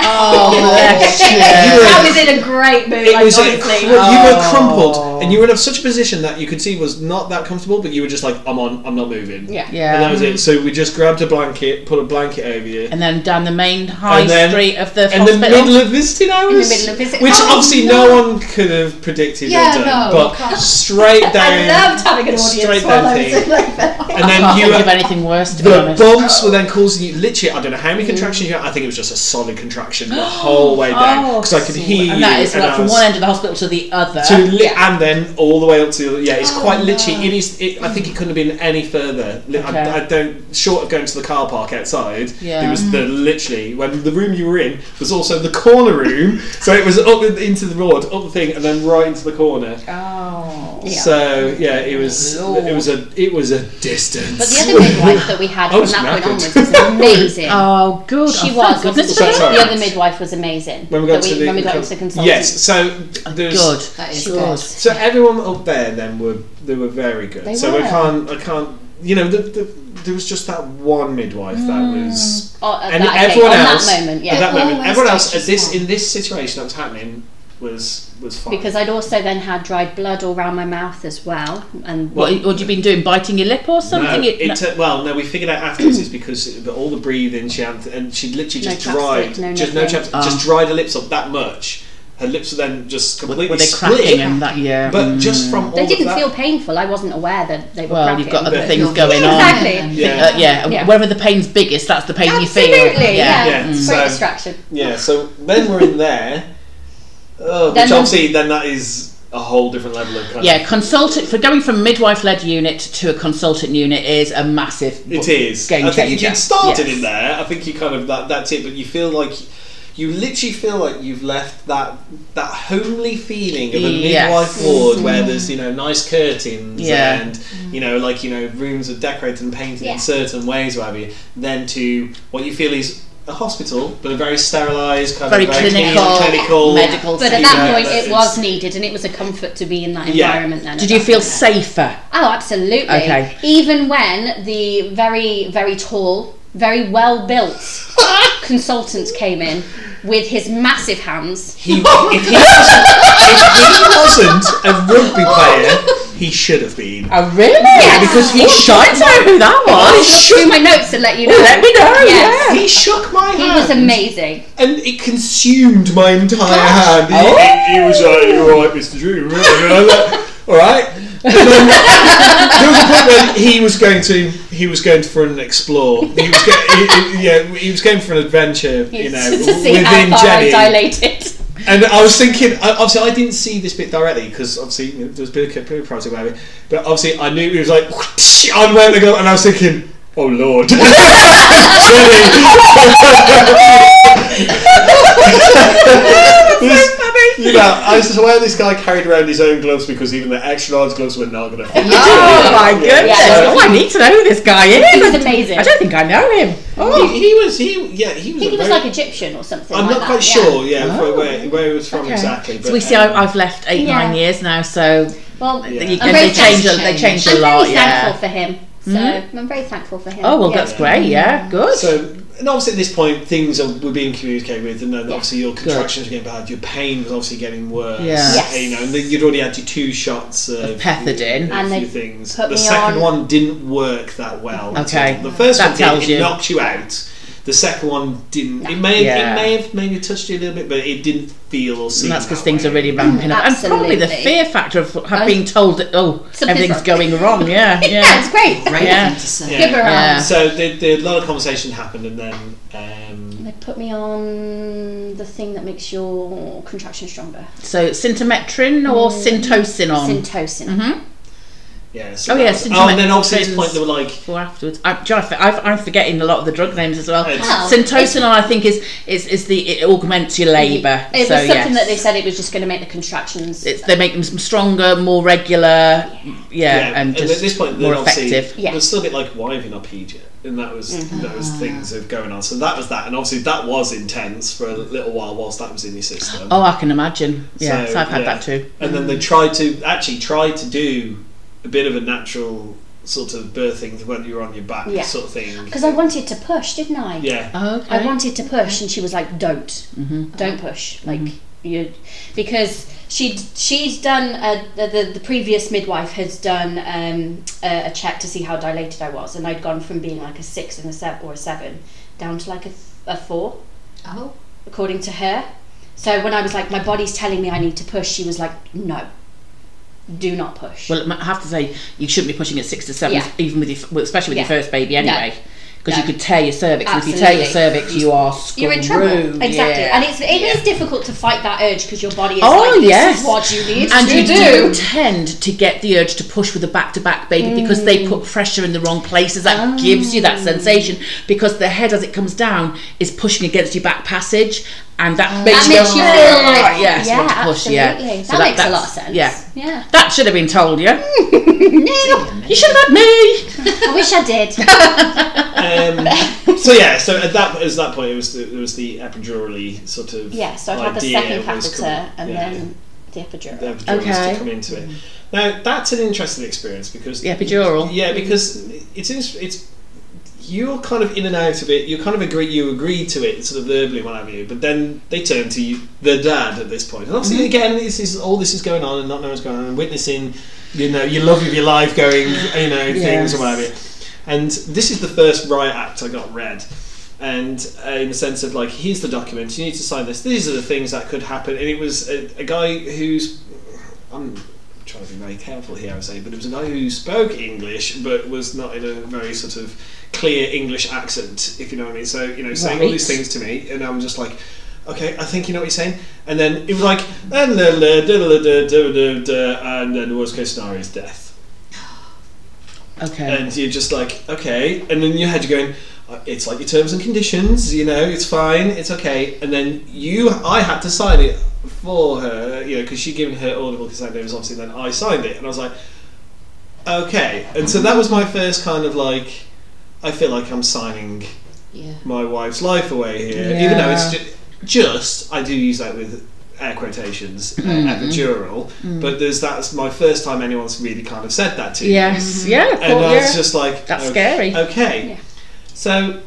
B: Oh, bless you.
C: You were-
D: I was in a great mood.
C: It
D: like,
C: was like,
D: honestly.
C: cru- you were
B: Oh.
C: crumpled, and you were in such a position that you could see was not that comfortable, but you were just like, I'm on, I'm not moving.
D: yeah.
B: Yeah.
C: And that was it. So we just grabbed a blanket, put a blanket over you.
B: And then down the main high
C: And then-
B: street of the
C: in the
B: hospital.
C: middle of visiting hours,
D: middle of visit-
C: which
D: Oh,
C: obviously no. one could have predicted
A: Yeah,
C: or done,
A: no,
C: but straight down,
D: I loved having an audience
C: straight
D: while
C: down
D: I was in
C: thing,
D: like that.
C: and
B: I can't
C: then you
B: think of
C: were.
B: anything worse, to be
C: The
B: honest.
C: bumps were then causing you literally. I don't know how many contractions you had. I think it was just a solid contraction the
B: Oh,
C: whole way down because I could hear
B: And that
C: you.
B: is like
C: I
B: from
C: was-
B: one end of the hospital to the other.
D: <laughs>
C: to li- and then all the way up to the other. Yeah, it's
D: Oh,
C: quite literally. It is, it, I think it couldn't have been any further. Li-
B: Okay.
C: I, I don't. Short of going to the car park outside,
B: Yeah.
C: it was the literally when the room you were in was also the corner
D: <laughs>
C: room. so it was up in- into the road, up the thing, and then right into the corner.
B: oh.
D: Yeah.
C: So yeah, it was.
B: Lord.
C: It was a. It was a distance.
D: But the other midwife that we had
C: I
D: from
C: was
D: that point
C: knackered.
D: onwards was
C: <laughs>
D: amazing.
B: Oh, good.
D: She
B: Oh,
D: was.
B: thank goodness
C: So
B: for that.
C: sorry.
D: The other midwife was amazing.
C: when we got
D: That
C: to the
D: when we got into the Oh, consultant.
C: Yes. So there's.
B: Good.
A: That is
B: She
A: good.
B: was.
C: So everyone up there then were they were very good.
D: They
C: so
D: were.
C: I can't I can't you know the, the, there was just that one midwife that was
D: Oh, at
C: and
D: that, okay,
C: everyone
D: on
C: else
D: that moment, yeah.
C: at that moment
A: Always
C: everyone else at
A: touches
C: this
A: one.
C: in this situation that was happening was was fine.
D: because I'd also then had dried blood all round my mouth as well, and
C: Well,
B: What, what you been doing? Biting your lip or something?
C: No,
B: It-
C: it
B: no.
C: took- well, no, we figured out afterwards it's because it- but all the breathing she had, and she literally
D: No
C: just
D: chapstick,
C: dried,
D: no
C: just no
D: nothing.
C: chaps,
B: Ah.
C: just dried her lips up that much. Her lips were then just completely
B: were they
C: split.
B: cracking and that? Yeah.
C: but
B: Mm.
C: just from all
D: they
C: of
D: didn't
C: that-
D: feel painful. I wasn't aware that they were.
B: Well,
D: cracking.
B: you've got other
C: but-
B: things going
D: <laughs>
B: on.
D: exactly.
C: Yeah.
B: Uh, yeah,
D: Yeah.
B: wherever the pain's biggest, that's the pain
D: Absolutely,
B: you feel.
D: yeah.
C: Yeah,
D: Great
C: Mm. so-
D: distraction.
C: Yeah, so then we're in there. Oh,
D: Then
C: which
D: the-
C: obviously, then that is a whole different level of kind
B: Yeah, consultant for going from midwife led unit to a consultant unit is a massive
C: of. It is.
B: game
C: I think
B: changer.
C: you started
B: Yes.
C: in there. I think you kind of that. That's it. But you feel like you literally feel like you've left that that homely feeling of
B: Yes.
C: a
B: Mm-hmm.
C: midwife ward where there's you know nice curtains
B: Yeah.
C: and you know like you know rooms are decorated and painted
D: Yeah.
C: in certain ways, what have you. Then to what you feel is a hospital, but a very sterilised kind
B: Very
C: of very clean,
B: clinical,
C: clinical
B: medical
D: But at
B: Yeah,
D: that point,
C: that's-
D: it was needed, and it was a comfort to be in that
C: Yeah.
D: environment. Then, at
B: Did you
D: that
B: feel
D: point.
B: safer?
D: Oh, absolutely.
B: Okay.
D: Even when the very, very tall, very well built consultant came in with his massive hands.
C: He, if, he wasn't, if he wasn't a rugby player, he should have been.
B: Oh, really? because he shines out who that
D: I'll
B: was.
D: show you my notes and let you know.
B: let me know, yeah.
C: He shook my
D: He
C: hand,
D: was amazing.
C: and it consumed my entire hand.
B: Oh.
C: He, he was like, "You <laughs> all right, Mister Drew?" all right. there was a point where he was going to he was going for an explore. He was go- he- he- yeah, he was going for an adventure. You know,
D: <laughs> to see
C: within
D: how far
C: Jenny.
D: <laughs> I dilated.
C: And I was thinking, I- obviously, I didn't see this bit directly because obviously you know, there was a bit of privacy about it. But obviously, I knew it was like <laughs> I'm wearing the glove, and I was thinking, oh lord. <laughs> This- You know, I was aware this guy carried around his own gloves because even the extra large gloves were not going to fit.
B: Oh my goodness!
D: Yeah.
B: Oh, I need to know who this guy is.
D: He was amazing.
B: I don't think I know him. <laughs> Oh,
C: He, he was, he, yeah, he
D: I
C: was.
D: think
C: a
D: he was
C: very-
D: like Egyptian or something.
C: I'm
D: like
C: not
D: that,
C: quite
D: yeah.
C: sure, yeah, where,
B: Oh.
C: where, where he was from
B: Okay.
C: exactly. But,
B: so we see,
C: um,
B: I, I've left eight,
D: Yeah.
B: nine years now, so
D: Well,
C: Yeah.
B: you,
D: I'm
B: and
D: very
B: they change. A, they
A: thankful.
B: change
D: I'm
B: a lot.
D: very
B: Yeah.
D: thankful for him. So
C: Hmm?
D: I'm very thankful for him.
B: Oh well,
D: yeah. Mm.
B: that's great. Yeah, good.
C: So, and obviously at this point, things are, were being communicated with, and then obviously your contractions were getting bad, your pain was obviously getting worse.
B: Yeah.
D: Yes.
C: You know, and then you'd already had your two shots of,
B: Pethidine.
C: a
D: And
C: few
D: they
C: things.
D: put
C: The
D: me
C: second
D: on-
C: one didn't work that well. at
B: Okay.
C: all. The first
B: That
C: one did,
B: tells
C: it
B: you.
C: knocked you out. The second one didn't. It may,
B: Yeah.
C: it may have maybe touched you a little bit, but it didn't feel or seem.
B: And that's because
C: that
B: things
C: way.
B: are really ramping up, and probably the
D: Mm, Absolutely.
B: fear factor of have
D: I-
B: being told that oh
D: Something's
B: everything's
D: wrong.
B: going
D: <laughs>
B: wrong. Yeah,
D: Yeah,
B: yeah,
D: it's great.
A: Great
B: Yeah.
A: thing to say.
C: Yeah.
D: Give her
B: Yeah.
D: a
C: So the, the, a lot of conversation happened, and then um,
D: They put me on the thing that makes your contraction stronger.
B: So cintometrin or
D: Mm.
B: syntocin on
D: Syntocin.
B: mm-hmm.
C: yeah. So
B: Oh,
C: that
B: yeah,
C: was- oh, and then
B: symptomatic
C: obviously at this
B: things.
C: point they were like,
B: or afterwards. I, do you know, I, I've, I'm forgetting a lot of the drug names as well.
C: It's-
D: Wow.
B: Syntocin, I think, is is, is the it augments your labour.
D: Mm-hmm. It was
B: so,
D: something
B: yes.
D: that they said it was just going to make the contractions.
B: It's, they make them stronger, more regular, yeah, and just
C: at this point,
B: more
C: then obviously,
B: effective.
D: Yeah. Mm-hmm.
C: It was still a bit like, why have you not peed yet? And that was that was things of going on. So that was that, and obviously that was intense for a little while whilst that was in your system.
B: Oh, I can imagine. Yeah,
C: So,
B: so I've had
C: yeah.
B: that too.
C: And then they tried to actually tried to do a bit of a natural sort of birthing when you were on your back,
D: Yeah.
C: sort of thing.
D: Because I wanted to push, didn't I?
C: yeah,
B: Oh, okay.
D: I wanted to push, and she was like, "Don't,
B: Mm-hmm.
D: don't push." Like you, because she she's done a, the, the the previous midwife has done um, a, a check to see how dilated I was, and I'd gone from being like a six and a seven or a seven down to like a, a four
A: Oh.
D: according to her. So when I was like, my body's telling me I need to push, she was like, "No, do not push."
B: Well, I have to say, you shouldn't be pushing at six to seven,
D: Yeah.
B: even with your, well, especially with
D: Yeah.
B: your first baby, anyway, because
D: No.
B: you could tear your cervix. And if you tear your
D: Absolutely.
B: cervix, you are screwed.
D: you're in trouble, exactly,
B: Yeah.
D: and it's it is difficult to fight that urge because your body is
B: Oh,
D: like, "This
B: yes.
D: is what you need
B: and
D: to
B: you
D: do."
B: do tend to get the urge to push with a back-to-back baby because they
D: Mm.
B: put pressure in the wrong places. That gives you
D: Oh.
B: that sensation because the head, as it comes down, is pushing against your back passage, and that makes
D: That
B: you,
D: makes
B: go,
D: you
B: "Oh,
D: feel like
B: yes,
D: yeah,
B: want to push,
D: absolutely.
B: yeah."
D: That,
B: So
D: makes a lot of
B: that's-
D: sense.
B: Yeah,
D: yeah.
B: that should have been
A: <laughs>
B: told you. you should have had me.
D: I wish I did.
B: <laughs>
C: um, so yeah, so at that as that point, it was the, it was the epidurally sort of
D: yeah, so I had the
C: idea
D: second
C: was
D: catheter
C: coming-
D: and
C: yeah.
D: then the epidural.
C: the epidural was
B: Okay.
C: to come into it. Now that's an interesting experience because
B: The epidural.
C: yeah, because it's in- it's you're kind of in and out of it. You kind of agree you agree to it sort of verbally, what have you. But then they turn to you, the dad at this point, and obviously
B: Mm-hmm.
C: again this is all this is going on and not knowing what's going on and witnessing you know your love of your life going you
B: <sighs>
C: know things and what have you. And this is the first riot act I got read. And uh, in the sense of like, here's the document. You need to sign this. These are the things that could happen. And it was a, a guy who's I'm trying to be very careful here, I say, but it was a guy who spoke English but was not in a very sort of clear English accent, if you know what I mean. So, you know, saying all these
B: Right.
C: things to me, and I'm just like, okay, I think you know what you're saying. And then it was like, and then, uh, da- da- da- da- da- da- and then the worst case scenario is death
B: Okay.
C: and you're just like okay and in your head you're going "Uh, it's like your terms and conditions you know it's fine it's okay and then you i had to sign it for her you know because she'd given her audible consent it was obviously then i signed it and i was like okay and so that was my first kind of like i feel like i'm signing
A: Yeah.
C: my wife's life away here even though it's ju- just i do use that with air quotations uh, epidural but there's that's my first time anyone's really kind of said that to you
B: Yes.
A: Mm-hmm.
B: Yeah. Of
C: and
B: course,
C: I
B: yeah.
C: was just like,
B: That's
C: okay,
B: scary.
C: Okay,
D: Yeah.
C: so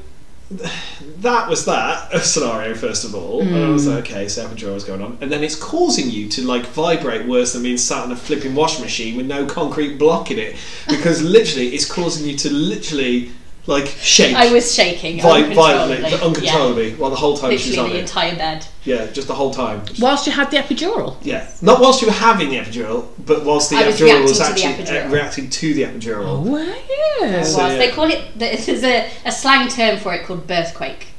C: that was that scenario first of all. And I was
A: Mm.
C: like, okay, so epidural was going on, and then it's causing you to like vibrate worse than being sat in a
A: <laughs>
C: flipping washing machine with no concrete block in it, because literally it's causing you to literally like shake
A: I was shaking
C: vi-
A: uncontrollably.
C: violently, uncontrollably, while the whole
A: Yeah,
C: time she was
A: literally
C: on
A: the
C: it.
A: entire bed.
C: yeah, just the whole time.
B: Whilst you had the epidural.
C: Yeah, not whilst you were having the epidural, but whilst the
A: I was
C: epidural was
A: reacting to the
C: actually uh,
A: epidural.
C: reacting to the epidural.
B: Oh, Wow.
C: So,
A: was.
C: yeah.
A: They call it. There's a, a slang term for it called birthquake.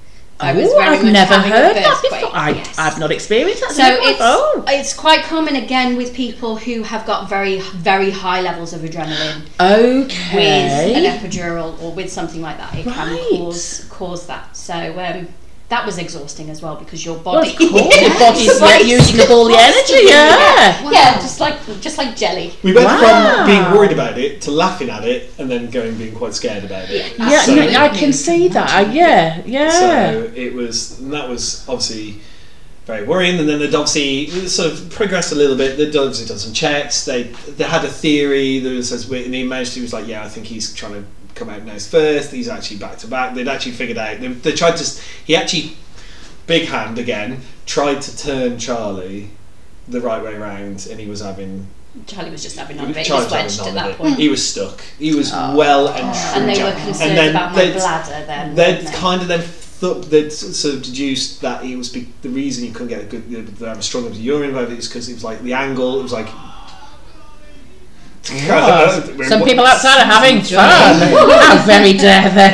A: I was
B: Ooh,
A: very
B: I've
A: much
B: never
A: having a
B: heard that
A: birthquake,
B: before. I,
A: yes.
B: I've not experienced that.
A: So
B: never have-
A: it's
B: oh.
A: it's quite common again with people who have got very very high levels of adrenaline with
B: Okay.
A: an epidural or with something like that. It
B: Right.
A: can cause cause that. So um, that was exhausting as well because your
B: Well,
A: body
B: of course, your body's
A: Body's
B: using up all the energy.
A: <laughs>
B: Yeah.
A: yeah, just like just like jelly.
C: We went
B: Wow.
C: from being worried about it to laughing at it, and then going and being quite scared about it.
B: Yeah,
C: So-
B: no, I can see that. I, yeah, yeah.
C: So it was, and that was obviously very worrying. And then they'd obviously sort of progressed a little bit. They'd obviously done some checks. They they had a theory. There was this, and he managed. He was like, yeah, I think he's trying to come out nose first. He's actually back to back. They'd actually figured out. They, they tried to. He actually, big hand again, tried to turn Charlie the right way round, and he was having.
A: Charlie was just having
C: he
A: none of it. He
C: was- Charlie
A: was
C: was
A: wedged
C: having
A: at
C: none
A: that
C: of it.
A: point. Oh.
C: He was stuck. He was well and true.
A: And they were
C: Jack.
A: concerned
C: then
A: about my
C: they'd-
A: bladder then.
C: they'd
A: weren't they?
C: kind of then th- they'd s- sort of deduced that it was be- the reason you couldn't get a good the, the um, strong of the urine vote is because it was like the angle it was like <laughs>
B: Some people outside are having fun. How very
A: <laughs>
B: dare they?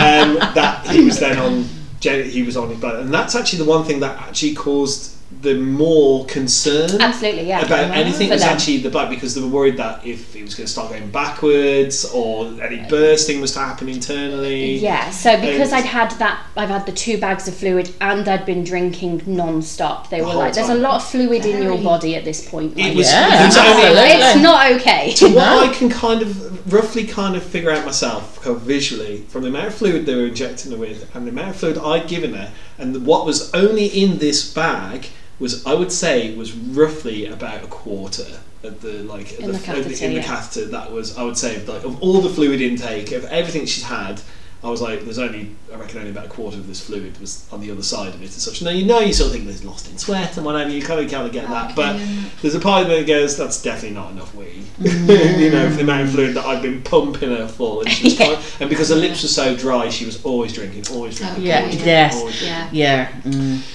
C: um, that he was then on gen- he was on his bladder and that's actually the one thing that actually caused the more concern
A: Absolutely, yeah.
C: about anything
A: For
C: was
A: them.
C: actually the bladder because they were worried that if it was going to start going backwards or any bursting was to happen internally
D: Yeah, so because
C: And-
D: I'd had that, I've had the two bags of fluid and I'd been drinking non stop. They were
C: whole
D: like, there's a
C: time.
D: lot of fluid in your body at this point.
C: it
D: Like,
C: was,
B: Yeah,
C: it was only,
B: absolutely.
D: it's not okay.
C: to what
B: No.
C: I can kind of roughly kind of figure out myself kind of visually from the amount of fluid they were injecting her with and the amount of fluid I'd given her and what was only in this bag was I would say was roughly about a quarter of the like
D: In the catheter,
C: in the
D: yeah.
C: catheter that was I would say of, like of all the fluid intake of everything she's had I was like there's only I reckon only about a quarter of this fluid was on the other side of it and such now you know you sort of think there's lost in sweat and whatever you kind of kind of get that but there's a part of me that goes that's definitely not enough weed <laughs> you know for the amount of fluid that I've been pumping her for and, she was fine. and because her lips were so dry she was always drinking always drinking
B: Yeah,
C: always drinking,
B: yes.
C: always drinking.
A: Yeah.
B: Yeah. mm.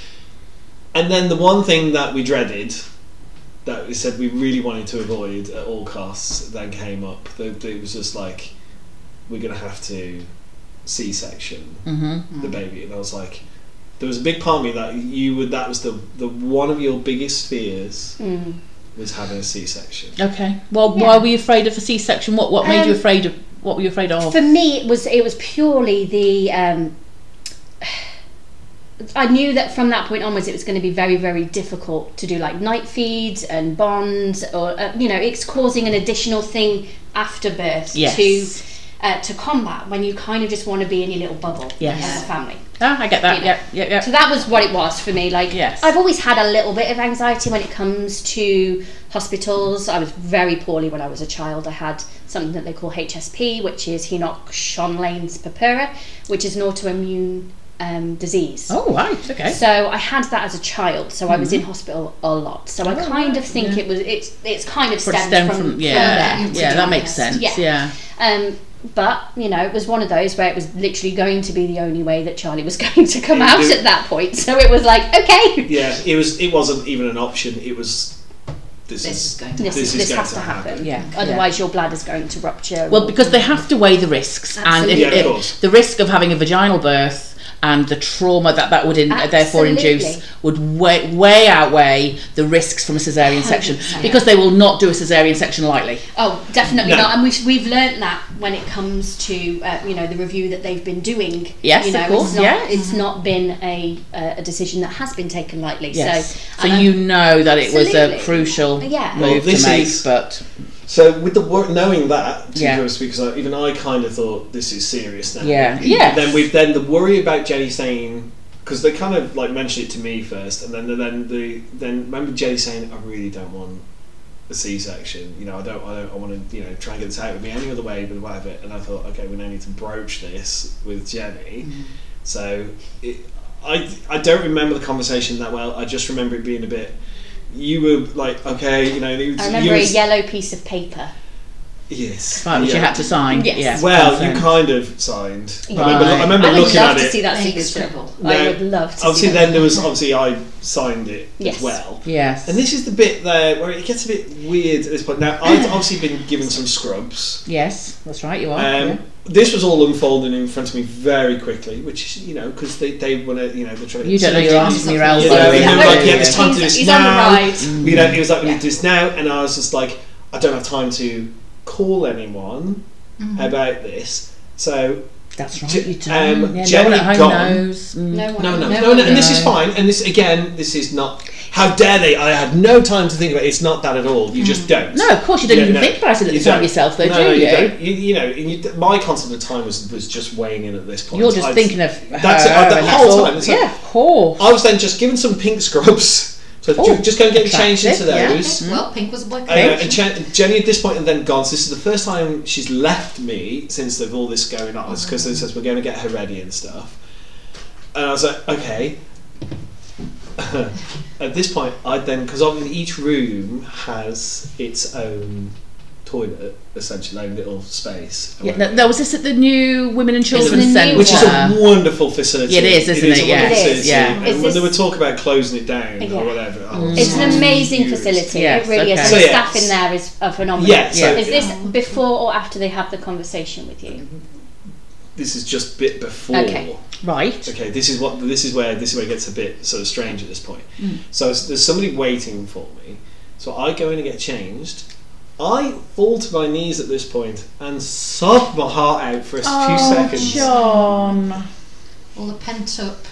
C: And then the one thing that we dreaded, that we said we really wanted to avoid at all costs, then came up. That It was just like, we're going to have to C-section
B: Mhm.
C: the baby, and I was like, there was a big part of me that you would. That was the the one of your biggest fears
D: Mm.
C: was having a C-section.
B: Okay. Well, why were you afraid of a C-section? What What made you
D: Um,
B: afraid of? What were you afraid of?
D: For me, it was it was purely the. Um, I knew that from that point onwards, it was going to be very, very difficult to do like night feeds and bonds, or uh, you know, it's causing an additional thing after birth
B: Yes.
D: to uh, to combat when you kind of just want to be in your little bubble
B: Yes.
D: as a family.
B: ah, I get that.
D: you
B: Yeah, yeah, yeah.
D: So that was what it was for me. Like,
B: Yes.
D: I've always had a little bit of anxiety when it comes to hospitals. I was very poorly when I was a child. I had something that they call HSP, which is Henoch-Schönlein's purpura, which is an autoimmune um, disease.
B: Oh, right. Okay. Mm-hmm.
D: So I had that as a child, so I was in hospital a lot. So I
B: Oh,
D: kind of
B: right,
D: think
B: yeah.
D: it was it's it's kind of
B: Sort of
D: stemmed
B: stem
D: from, from
B: yeah,
D: there.
B: yeah. That makes sense.
D: Yeah.
B: Yeah.
D: Um, but you know, it was one of those where it was literally going to be the only way that Charlie was <laughs> going to come
C: Yeah,
D: out
C: do-
D: at that point. So it was like, okay,
C: Yeah, it was. It wasn't even an option. It was. This,
A: This is going to
D: this,
C: This is
D: this
C: going
D: has
C: to
D: to happen.
C: happen.
B: Yeah,
D: Otherwise, your bladder's going to rupture.
B: Well, because they have to weigh the risks,
D: Absolutely.
B: and
C: Yeah,
B: if,
C: of
B: if-
C: course.
B: the risk of having a vaginal birth and the trauma that that would in, uh, therefore induce
D: Absolutely.
B: would way, way outweigh the risks from a cesarean section because they will not do a cesarean section lightly.
D: oh, definitely
C: No.
D: not. And we've we've learnt that when it comes to uh, you know the review that they've been doing.
B: Yes,
D: you
B: of
D: know,
B: course,
D: It's not,
B: yeah.
D: it's not been a uh, a decision that has been taken lightly.
B: Yes,
D: So,
B: so,
D: and I'm-
B: you know that it was a
D: Absolutely.
B: crucial
D: Yeah.
B: move
C: Well, this
B: to make,
C: is-
B: but
C: So with the work, knowing that, to
B: Yeah.
C: be honest, because I, even I kind of thought this is serious now.
B: Yeah. Yes.
C: Then we've then the worry about Jenny saying because they kind of like mentioned it to me first, and then then the then remember Jenny saying I really don't want a C section. You know, I don't I don't I want to you know try and get this out with me any other way, but whatever. And I thought, okay, we now need to broach this with Jenny. So it, I I don't remember the conversation that well. I just remember it being a bit. You were like, okay, you know, it was-
D: I
C: you
D: remember
C: were,
D: a yellow piece of paper
C: Yes.
B: Right, which you
C: yeah.
B: had to sign.
D: Yes.
B: Yeah,
C: Well,
B: confirm.
C: you kind of signed. I
D: Yeah.
C: remember, I
B: Right.
C: remember
D: I would
C: looking
D: love
C: at
D: to
C: it.
D: see that
A: Big
D: signature.
A: scribble.
D: I
C: No.
D: would love to
C: obviously,
D: see
C: then
D: that.
C: there was obviously I signed it
D: Yes.
C: as well.
B: Yes.
C: And this is the bit there where it gets a bit weird at this point. Now I've obviously been given some scrubs.
B: yes, that's right. You are.
C: Um,
B: Oh, yeah.
C: This was all unfolding in front of me very quickly, which is, you know because they, they want to you know they're trying to
B: You don't know
C: sneak
B: you're
C: in.
B: asking your elbow.
C: Yeah,
A: Yeah,
C: they
A: yeah.
C: were
A: Yeah.
C: like, yeah, it's time to do
D: He's-
C: this
D: he's on the
C: now.
D: ride.
C: You know, he was like, we
A: Yeah.
C: need to do this now, and I was just like, I don't have time to call anyone about this. So
B: That's right.
C: J-
B: You don't.
C: um,
B: yeah, no
C: Jenny
B: one at home
C: gone.
B: knows. Mm.
D: No, one-
C: no, no, no,
D: one
C: no, and this
B: no.
C: is fine. And this again, this is not. How dare they? I had no time to think about it. It's not that at all. You just don't.
B: No, of course you don't
C: Yeah,
B: even
C: no.
B: think about it at
C: You
B: the time
C: don't.
B: yourself, though,
C: no,
B: do
C: no,
B: you?
C: you? don't. You, you know, and you, my concept of time was was just weighing in at this point.
B: You're just
C: I-
B: thinking of
C: That's
B: her
C: it, I- the
B: and
C: whole
B: that's all-
C: time, it's like-
B: Yeah, of course.
C: I was then just given some pink scrubs. So
B: Oh,
C: just go and get changed into
B: attractive, yeah.
C: those.
E: Well, pink was a
C: I
E: black
C: uh, know,
E: cake.
C: and Jen, Jenny at this point had then gone. So this is the first time she's left me since they've all this going on. It's because they says we're going to get her ready and stuff. And I was like, okay. <laughs> at this point, I then because obviously each room has its own toilet, essentially, own little space.
B: Yeah, no, no, was this at the new Women and Children's
D: new
B: Centre?
D: one.
C: which is
D: Yeah.
C: a wonderful facility.
B: It is, isn't it?
C: a
B: Yeah.
C: wonderful
D: It is,
C: facility.
B: yeah.
C: And
D: Is
C: when
D: this-
C: they were talking about closing it down
D: Yeah.
C: or whatever, I was
D: It's an amazing
C: furious.
D: facility.
B: Yes,
D: it really is. And
B: okay.
C: Mm. So,
D: the
C: yeah.
D: staff in there is are phenomenal.
C: Yeah, so
B: Yeah.
D: Is this before or after they have the conversation with you?
C: this is just bit before.
D: Okay.
B: Right.
C: Okay, this is what this is where this is where it gets a bit sort of strange at this point.
B: Hmm.
C: So s- there's somebody waiting for me. So I go in and get changed. I fall to my knees at this point and sob my heart out for a s- few
B: Oh,
C: seconds.
B: John.
E: All the pent up.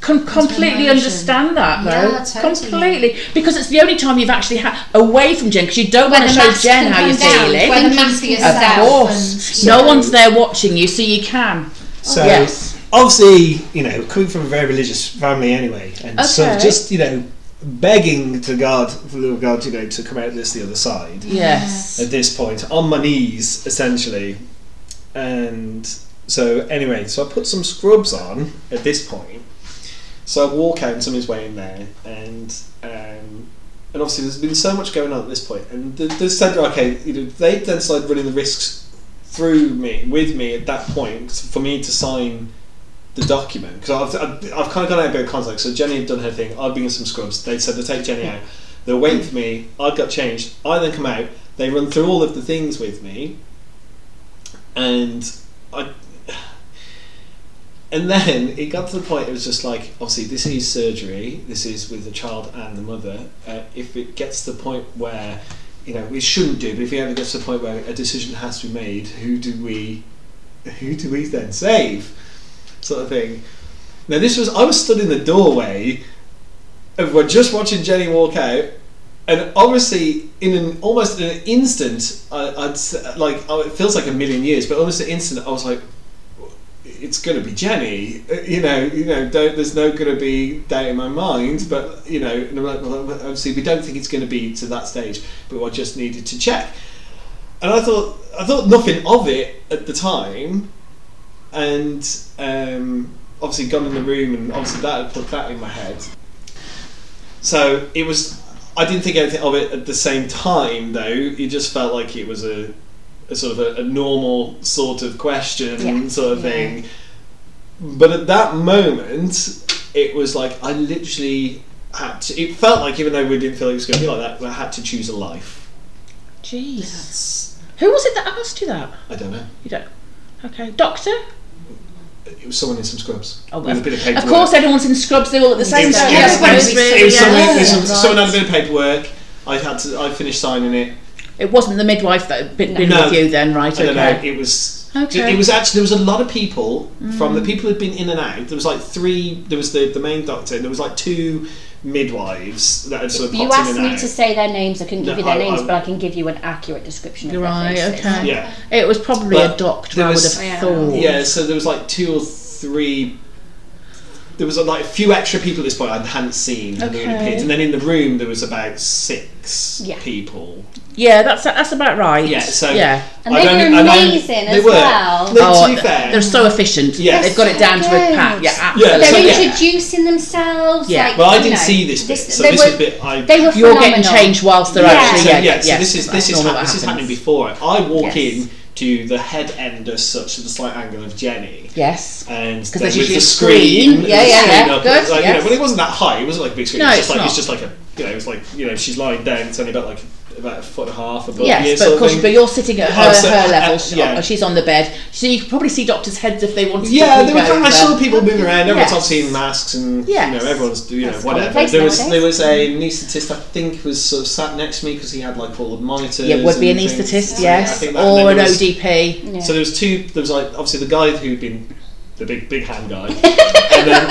B: Can completely
E: Determination.
B: understand that though.
E: Yeah, totally.
B: Completely. Because it's the only time you've actually had away from Jen because you don't
D: When
B: want to
D: the
B: show
D: mask
B: Jen
D: can
B: how you're
D: come down,
B: feeling.
D: when
E: When
D: the
E: you
D: mask
E: for
D: is
E: yourself.
B: Of
D: down,
B: course.
E: and-
B: no one's there watching you, so you can.
C: So
B: Yes.
C: obviously, you know, coming from a very religious family anyway, and sort of
B: Okay.
C: just you know begging to God for the Lord God, you know, to come out of this the other side.
B: Yes.
C: at this point on my knees essentially and so anyway so i put some scrubs on at this point so i walk out and somebody's waiting there and um and obviously there's been so much going on at this point and the, the centre arcade you know they then started running the risks through me with me at that point for me to sign the document because I've, I've, I've kind of gone out a bit of contact so Jenny had done her thing I'd been in some scrubs they said to take Jenny out they're waiting for me I got changed I then come out they run through all of the things with me and I <sighs> and then it got to the point it was just like obviously this is surgery this is with the child and the mother uh, if it gets to the point where you know we shouldn't do but if it ever gets to the point where a decision has to be made who do we who do we then save sort of thing now this was I was stood in the doorway and we're just watching Jenny walk out and obviously in an almost in an instant I, I'd s- like oh, it feels like a million years but almost an instant I was like it's going to be Jenny Uh, you know you know don't, there's no going to be doubt in my mind but you know and I'm like, well, obviously we don't think it's going to be to that stage but I just needed to check and I thought I thought nothing of it at the time and um, obviously gone in the room and obviously that had put that in my head so it was. I didn't think anything of it at the same time, though. It just felt like it was a, a sort of a, a normal sort of question,
D: Yeah.
C: sort of thing. But at that moment, it was like I literally had to. It felt like, even though we didn't feel it was going to be like that, I had to choose a life.
B: Jeez. Who was it that asked you that?
C: I don't know.
B: You don't. Okay. Doctor?
C: It was someone in some scrubs.
B: Oh,
C: with a bit of paperwork.
B: Of course, everyone's in scrubs. They're all at the same
C: It was,
B: time.
C: it
B: Yeah,
C: was- it was-
B: it's
C: it was
B: yeah.
C: someone, it was
B: Yeah.
C: some- someone had a bit of paperwork. I had to. I finished signing it.
B: It wasn't the midwife that had been, been
C: No.
B: with you then, right?
C: I don't
B: Okay.
C: know. It was.
B: Okay.
C: It was actually there was a lot of people from the people who'd been in and out. There was like three. There was the, the main doctor. And there was like two midwives that had sort of
D: You
C: popped
D: asked
C: in and
D: me
C: out.
D: to say their names. I couldn't
C: No,
D: give you their
C: I-
D: names,
C: I-
D: but I can give you an accurate description of
B: Right,
D: their faces.
B: okay.
C: yeah,
B: It was probably a
C: But
B: doctor,
C: there
B: I would
C: was-
B: have
A: Yeah.
B: thought.
C: yeah. So there was like two or three there was like a few extra people at this point I hadn't seen and they
B: Okay.
C: had appeared. And then in the room there was about six
D: Yeah.
C: people.
B: Yeah, that's that's about right.
C: Yeah, so
B: yeah.
D: And
C: I've
D: they were
C: only- I've only-
D: amazing
C: they
D: as
C: were.
D: well.
C: No,
B: Oh,
C: to be fair,
B: they're so efficient.
C: Yes.
B: They've got it down to a
D: Good.
B: pat. Yeah,
C: Yeah,
B: absolutely.
C: so-
D: They're
C: yeah.
D: introducing themselves.
B: Yeah.
D: Like,
C: well, I
D: you
C: didn't
D: know,
C: see this bit, so
D: they
C: this
D: were,
C: is a bit I.
D: They were
B: You're
D: phenomenal.
B: getting changed whilst they're
D: Yeah.
B: actually.
C: so,
B: Yeah,
C: yeah, so
B: yes,
C: this is
B: that's
C: this is
B: normal,
C: hap-
B: that
C: this is
B: happens.
C: happening before. I
D: Yes.
C: walk in to the head end as such, the slight angle of Jenny.
B: Yes.
C: and then
B: there's
C: with
B: usually
C: the
B: a
C: screen,
B: screen. Yeah,
C: the
B: yeah,
C: screen
B: yeah.
C: up,
B: Good,
C: it was like, you know,
B: yes.
C: well, it wasn't that high. It wasn't like a big screen.
B: No,
C: it was
B: it's
C: just like
B: not.
C: it's just like a you know, it's like you know, she's lying down, it's only about like about a foot and a half above you,
B: Yes, but
C: sort
B: of course,
C: thing.
B: but you're sitting at
C: I'm
B: her,
C: sitting-
B: her
C: uh,
B: level.
C: uh,
B: She-
C: yeah.
B: she's on the bed, so you could probably see doctors' heads if they wanted.
C: yeah,
B: to
C: there were,
B: peek over.
C: I saw people moving around. Everyone's
B: Yes.
C: obviously in masks, and
B: Yes.
C: you know everyone's you know
B: That's
C: whatever.
D: commonplace
C: There was
D: nowadays.
C: there was a anaesthetist, I think, was sort of sat next to me because he had like all the monitors.
B: Yeah, it would be an
C: and things.
B: anaesthetist,
C: So, yeah, I
B: yes,
C: think that- and
B: or
C: then
B: an
C: there was-
B: ODP.
D: Yeah.
C: So there was two. There was like obviously the guy who'd been the big big hand
B: <laughs>
C: guy, and then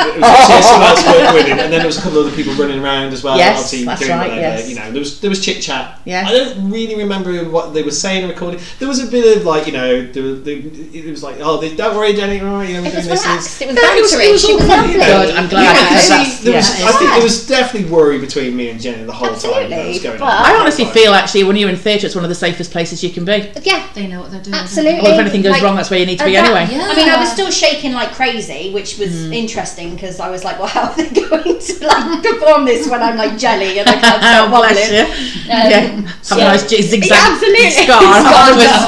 C: it was obviously someone else working with him, and then there was a couple of other people running around as well.
B: Yes,
C: obviously
B: that's
C: doing
B: right,
C: whatever,
B: yes.
C: You know, there was there was chit chat.
B: Yes.
C: I don't really remember what they were saying and recording. There was a bit of like you know, there was, there, it was like oh, they, don't worry, Jenny, don't worry, you know, we're
D: It
C: doing
D: was
C: this. this.
D: relaxed. It was
C: No, it was-
D: bantering.
C: it was
D: She
C: all
D: was
C: quite, you
D: lovely.
C: know,
B: Good, I'm glad.
C: yeah,
B: because
C: see,
B: that's-
C: there was,
B: yeah.
C: I think there was definitely worry between me and Jenny the whole time that
D: Absolutely,
C: was going
D: but-
C: on.
B: I honestly feel actually when you're in theatre, it's one of the safest places you can be.
D: Yeah.
E: They know what they're doing. Oh,
D: Absolutely.
B: Or if anything goes
A: Like-
B: wrong, that's where you need to be
D: and that- <laughs>
B: anyway. Mm.
E: Yeah.
A: I mean, I was still shaking like crazy, which was interesting because I was like, "Well, how <laughs> are they going to like perform this when I'm like jelly and I can't stop
B: <laughs> Oh, Bless
A: wobbling?"
B: you. yeah. Have a nice gi- zigzag
A: absolutely.
D: <laughs>
B: scar. afterwards.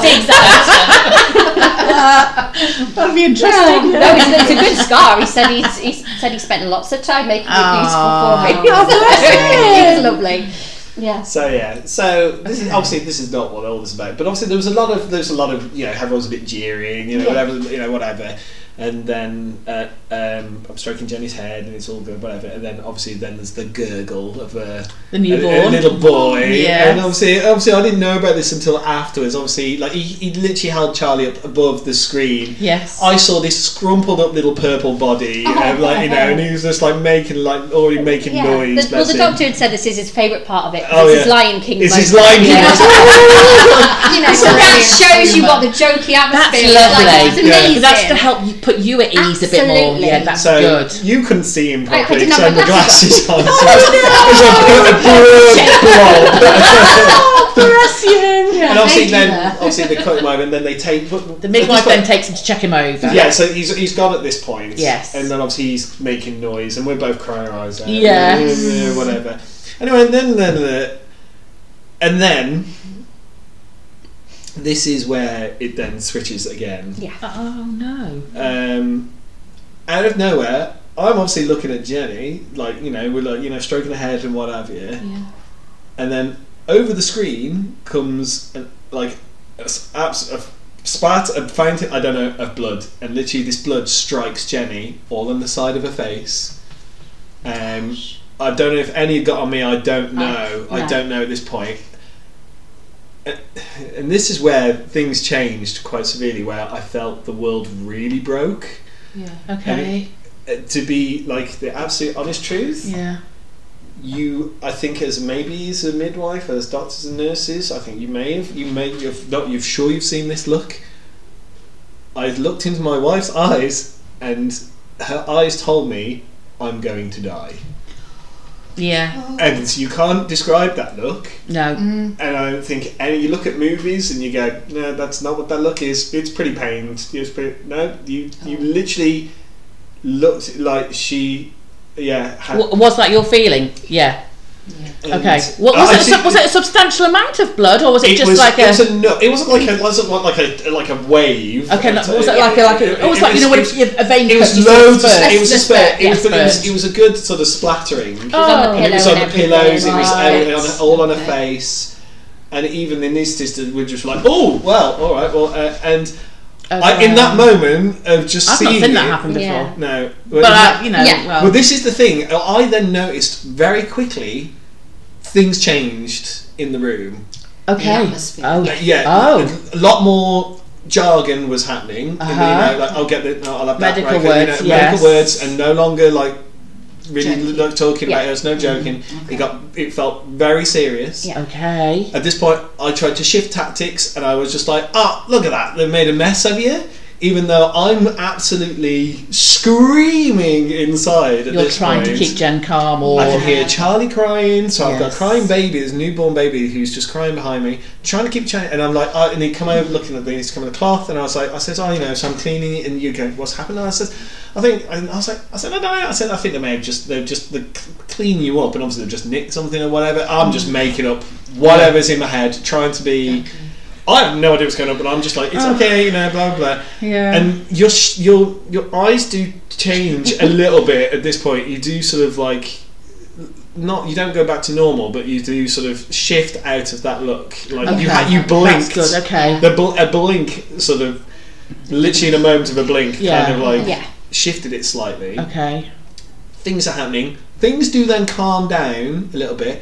B: <laughs> That'd be
D: Oh, No,
B: interesting.
D: no, it's, it's a good scar. He said he's, he said he spent lots of time making
A: <laughs>
B: Aw.
D: it beautiful for me. <laughs> it was lovely. Yeah.
C: So yeah, so this is obviously this is not what all this is about, but obviously there was a lot of there was a lot of you know everyone's a bit jeering, you know
D: Yeah.
C: whatever you know whatever, and then uh, um, I'm stroking Jenny's head and it's all good whatever, and then obviously then there's the gurgle of a,
B: The
C: a, a
B: newborn.
C: little boy,
B: Yes.
C: and obviously obviously I didn't know about this until afterwards. Obviously like he, he literally held Charlie up above the screen.
B: Yes.
C: I saw this scrumpled up little purple body, um, like you know, and he was just like making like already making
D: Oh, Yeah.
C: noise.
D: The- well, the
C: bless him.
D: doctor had said this is his favourite part of it.
C: Oh,
D: this is
C: yeah.
D: Lion King.
C: It's his
D: moment. <laughs>
C: Lion King. <laughs>
D: Yeah.
A: You know,
D: so that
A: brilliant.
D: shows you what the jokey atmosphere is.
B: That's
D: Like,
B: lovely.
D: it's
C: Yeah.
D: amazing.
B: That's to help you put you at ease a bit more.
D: Absolutely.
B: Yeah, that's
C: So
B: good.
C: you couldn't see him
D: I- I
C: properly,
D: didn't
C: so
D: have
C: the
D: my Oh,
C: glasses on. <laughs> So it's a, it's a
D: <laughs>
C: broad blob.
B: Bless you.
C: and obviously,
E: do
C: then
E: that.
C: obviously they cut him over, and then they take
B: The midwife then takes him to check him over.
C: Yeah, so he's, he's gone at this point.
B: Yes.
C: And then obviously he's making noise, and we're both crying our eyes out.
B: Yes.
C: Yeah, Whatever. Anyway, and then, then, uh, and then, this is where it then switches again.
B: Oh no.
C: um, out of nowhere, I'm obviously looking at Jenny, like you know, we're like you know, stroking her head and what have you,
E: Yeah.
C: and then over the screen comes an, like a, s- abs- a f- spat, a fountain, I don't know, of blood, and literally this blood strikes Jenny all on the side of her face. Um, I don't know if any got on me. I don't know. I
D: no.
C: don't know at this point. And- And this is where things changed quite severely. Where I felt the world really broke.
B: Okay.
C: Uh, to be like the absolute honest truth,
B: Yeah.
C: you I think as maybe as a midwife, as doctors and nurses, I think you may have you may you've not you've sure you've seen this look. I looked into my wife's eyes and her eyes told me I'm going to die.
B: Yeah.
C: And you can't describe that look.
B: No.
E: Oh. Mm.
C: And Uh, I don't think any you look at movies and you go, No, that's not what that look is. It's pretty pained. It's pretty no, you you literally looked like she yeah, had
B: W- was that your feeling? Yeah.
C: and-
B: Okay. What, was,
C: I
B: it, a
C: think-
B: sub- was it a substantial amount of blood, or was it, just
C: was,
B: like
C: it
B: a?
C: was a no, it wasn't like a it wasn't like a like a wave.
B: okay. No,
C: It-
B: was it
C: it-
B: like a like a?
C: it-
B: It was
C: it
B: like you know when
C: it,
B: it, a vein
C: it
B: cuts,
C: was
B: you see the
C: loads. Of,
B: spurt.
C: it was a spurt. It
B: Yeah,
C: was, but it was
B: spurt.
C: it was a good sort of splattering.
D: It was on the
B: Oh.
D: pillow
C: It was on
D: and
C: the
D: everything.
C: pillows. It was
D: Right.
C: out, on, all on her face, and even the anaesthetist were just like, "Oh, well, all right, well," uh, and I, in that moment of just
B: I've not
C: seeing
B: seen
C: it-
B: that happen before.
D: Yeah.
C: No,
B: But uh, you know,
D: Yeah.
B: well,
C: well, this is the thing. I then noticed very quickly things changed in the room.
B: okay.
E: The atmosphere.
B: Oh,
C: Like, yeah.
B: Oh.
C: A lot more jargon was happening. in the,
B: Uh-huh.
C: you know, like, I'll get the, no, I'll have that.
B: Medical
C: right, you know,
B: words, yes.
C: Medical words, and no longer like really
E: Joking.
C: like talking about it.
D: Yeah.
C: There's
B: Mm-hmm.
C: no joking. It got it felt very serious.
D: Yeah.
B: Okay.
C: At this point, I tried to shift tactics, and I was just like, "Ah, look at that! They made a mess of you." even though I'm absolutely screaming inside at
B: You're
C: this
B: trying
C: point.
B: to keep Jen calm, or
C: I can hear Charlie crying, so I've got a
B: Yes.
C: crying baby, this newborn baby who's just crying behind me, trying to keep Charlie. And I'm like, oh, and he come over looking at me, he's coming with a cloth, and I was like, I says, oh, you know, so I'm cleaning it, and you go, what's happened? And I says, I think, and I was like, I said, I don't know. I said, I think they may have just, they've just, they clean you up, and obviously they've just nicked something or whatever. I'm
B: Mm.
C: just making up whatever's in my head, trying to be. I have no idea what's going on, but I'm just like, it's okay, you know, blah blah.
B: Oh. Yeah.
C: And your sh- your your eyes do change a little bit at this point. You do sort of like not you don't go back to normal, but you do sort of shift out of that look. Like you
B: Okay.
C: ha- you blinked.
B: That's good. Okay.
C: The bl- a blink sort of literally in a moment of a blink,
B: Yeah.
C: kind of like
D: Yeah.
C: shifted it slightly.
B: Okay.
C: Things are happening. Things do then calm down a little bit.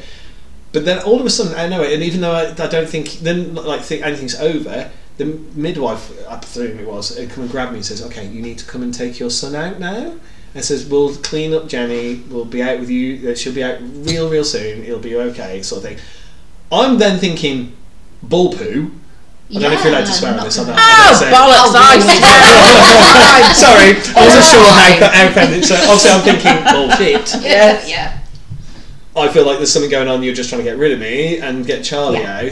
C: But then all of a sudden, I know it, and even though I, I don't think then like think anything's over, the midwife, I presume it was, had come and grabbed me and says, "Okay, you need to come and take your son out now." And says, "We'll clean up Jenny. We'll be out with you. uh, She'll be out real, real soon. It'll be okay." Sort of thing. I'm then thinking, bull poo. I don't know if you're allowed to swear on this or not. I
B: Oh,
C: don't say-
B: bollocks! I
C: I'm sorry, I wasn't swear how, how offended. So obviously, I'm thinking, bull <laughs> shit.
E: Yeah, yeah.
C: I feel like there's something going on. You're just trying to get rid of me and get Charlie out.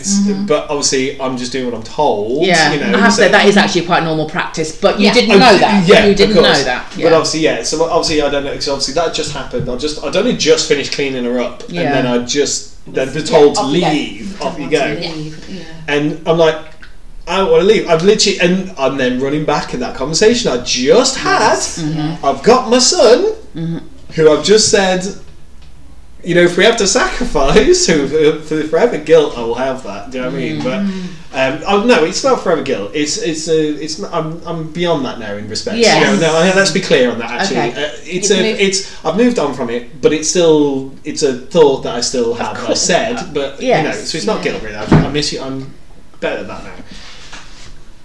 C: But obviously, I'm just doing what I'm told.
B: Mm-hmm. Yeah,
C: <laughs> you know,
B: I have
C: so-
B: said that is actually quite normal practice, but you
E: Yeah.
B: didn't
C: Oh,
B: know that.
C: Yeah,
B: you
C: of
B: didn't know
C: course.
B: that. <laughs>
C: But
B: Yeah.
C: obviously, yeah. So obviously, I don't know. Because obviously, that just happened. I just, I don't know, just finished cleaning her up,
B: Yeah.
C: and then I just then been told to
A: off you go.
C: leave. Off you
E: Want
C: go.
E: to leave, Yeah.
C: And I'm like, I don't want to leave. I've literally, and I'm then running back in that conversation I just had. I've got my son, who I've just said, you know, if we have to sacrifice <laughs> who, for the forever guilt, I will have that. Do you know what I mean? But um, oh, no, it's not forever guilt. It's it's a, it's. Not, I'm I'm beyond that now in respect. Yeah.
B: Yes.
C: no, I, let's be clear on that. Actually,
B: Okay.
C: uh, it's
A: You've
C: a,
A: moved-
C: it's. I've moved on from it, but it's still it's a thought that I still have. that I said, but
B: Yes.
C: you know, so it's not guilt really. I, I miss you. I'm better than that now.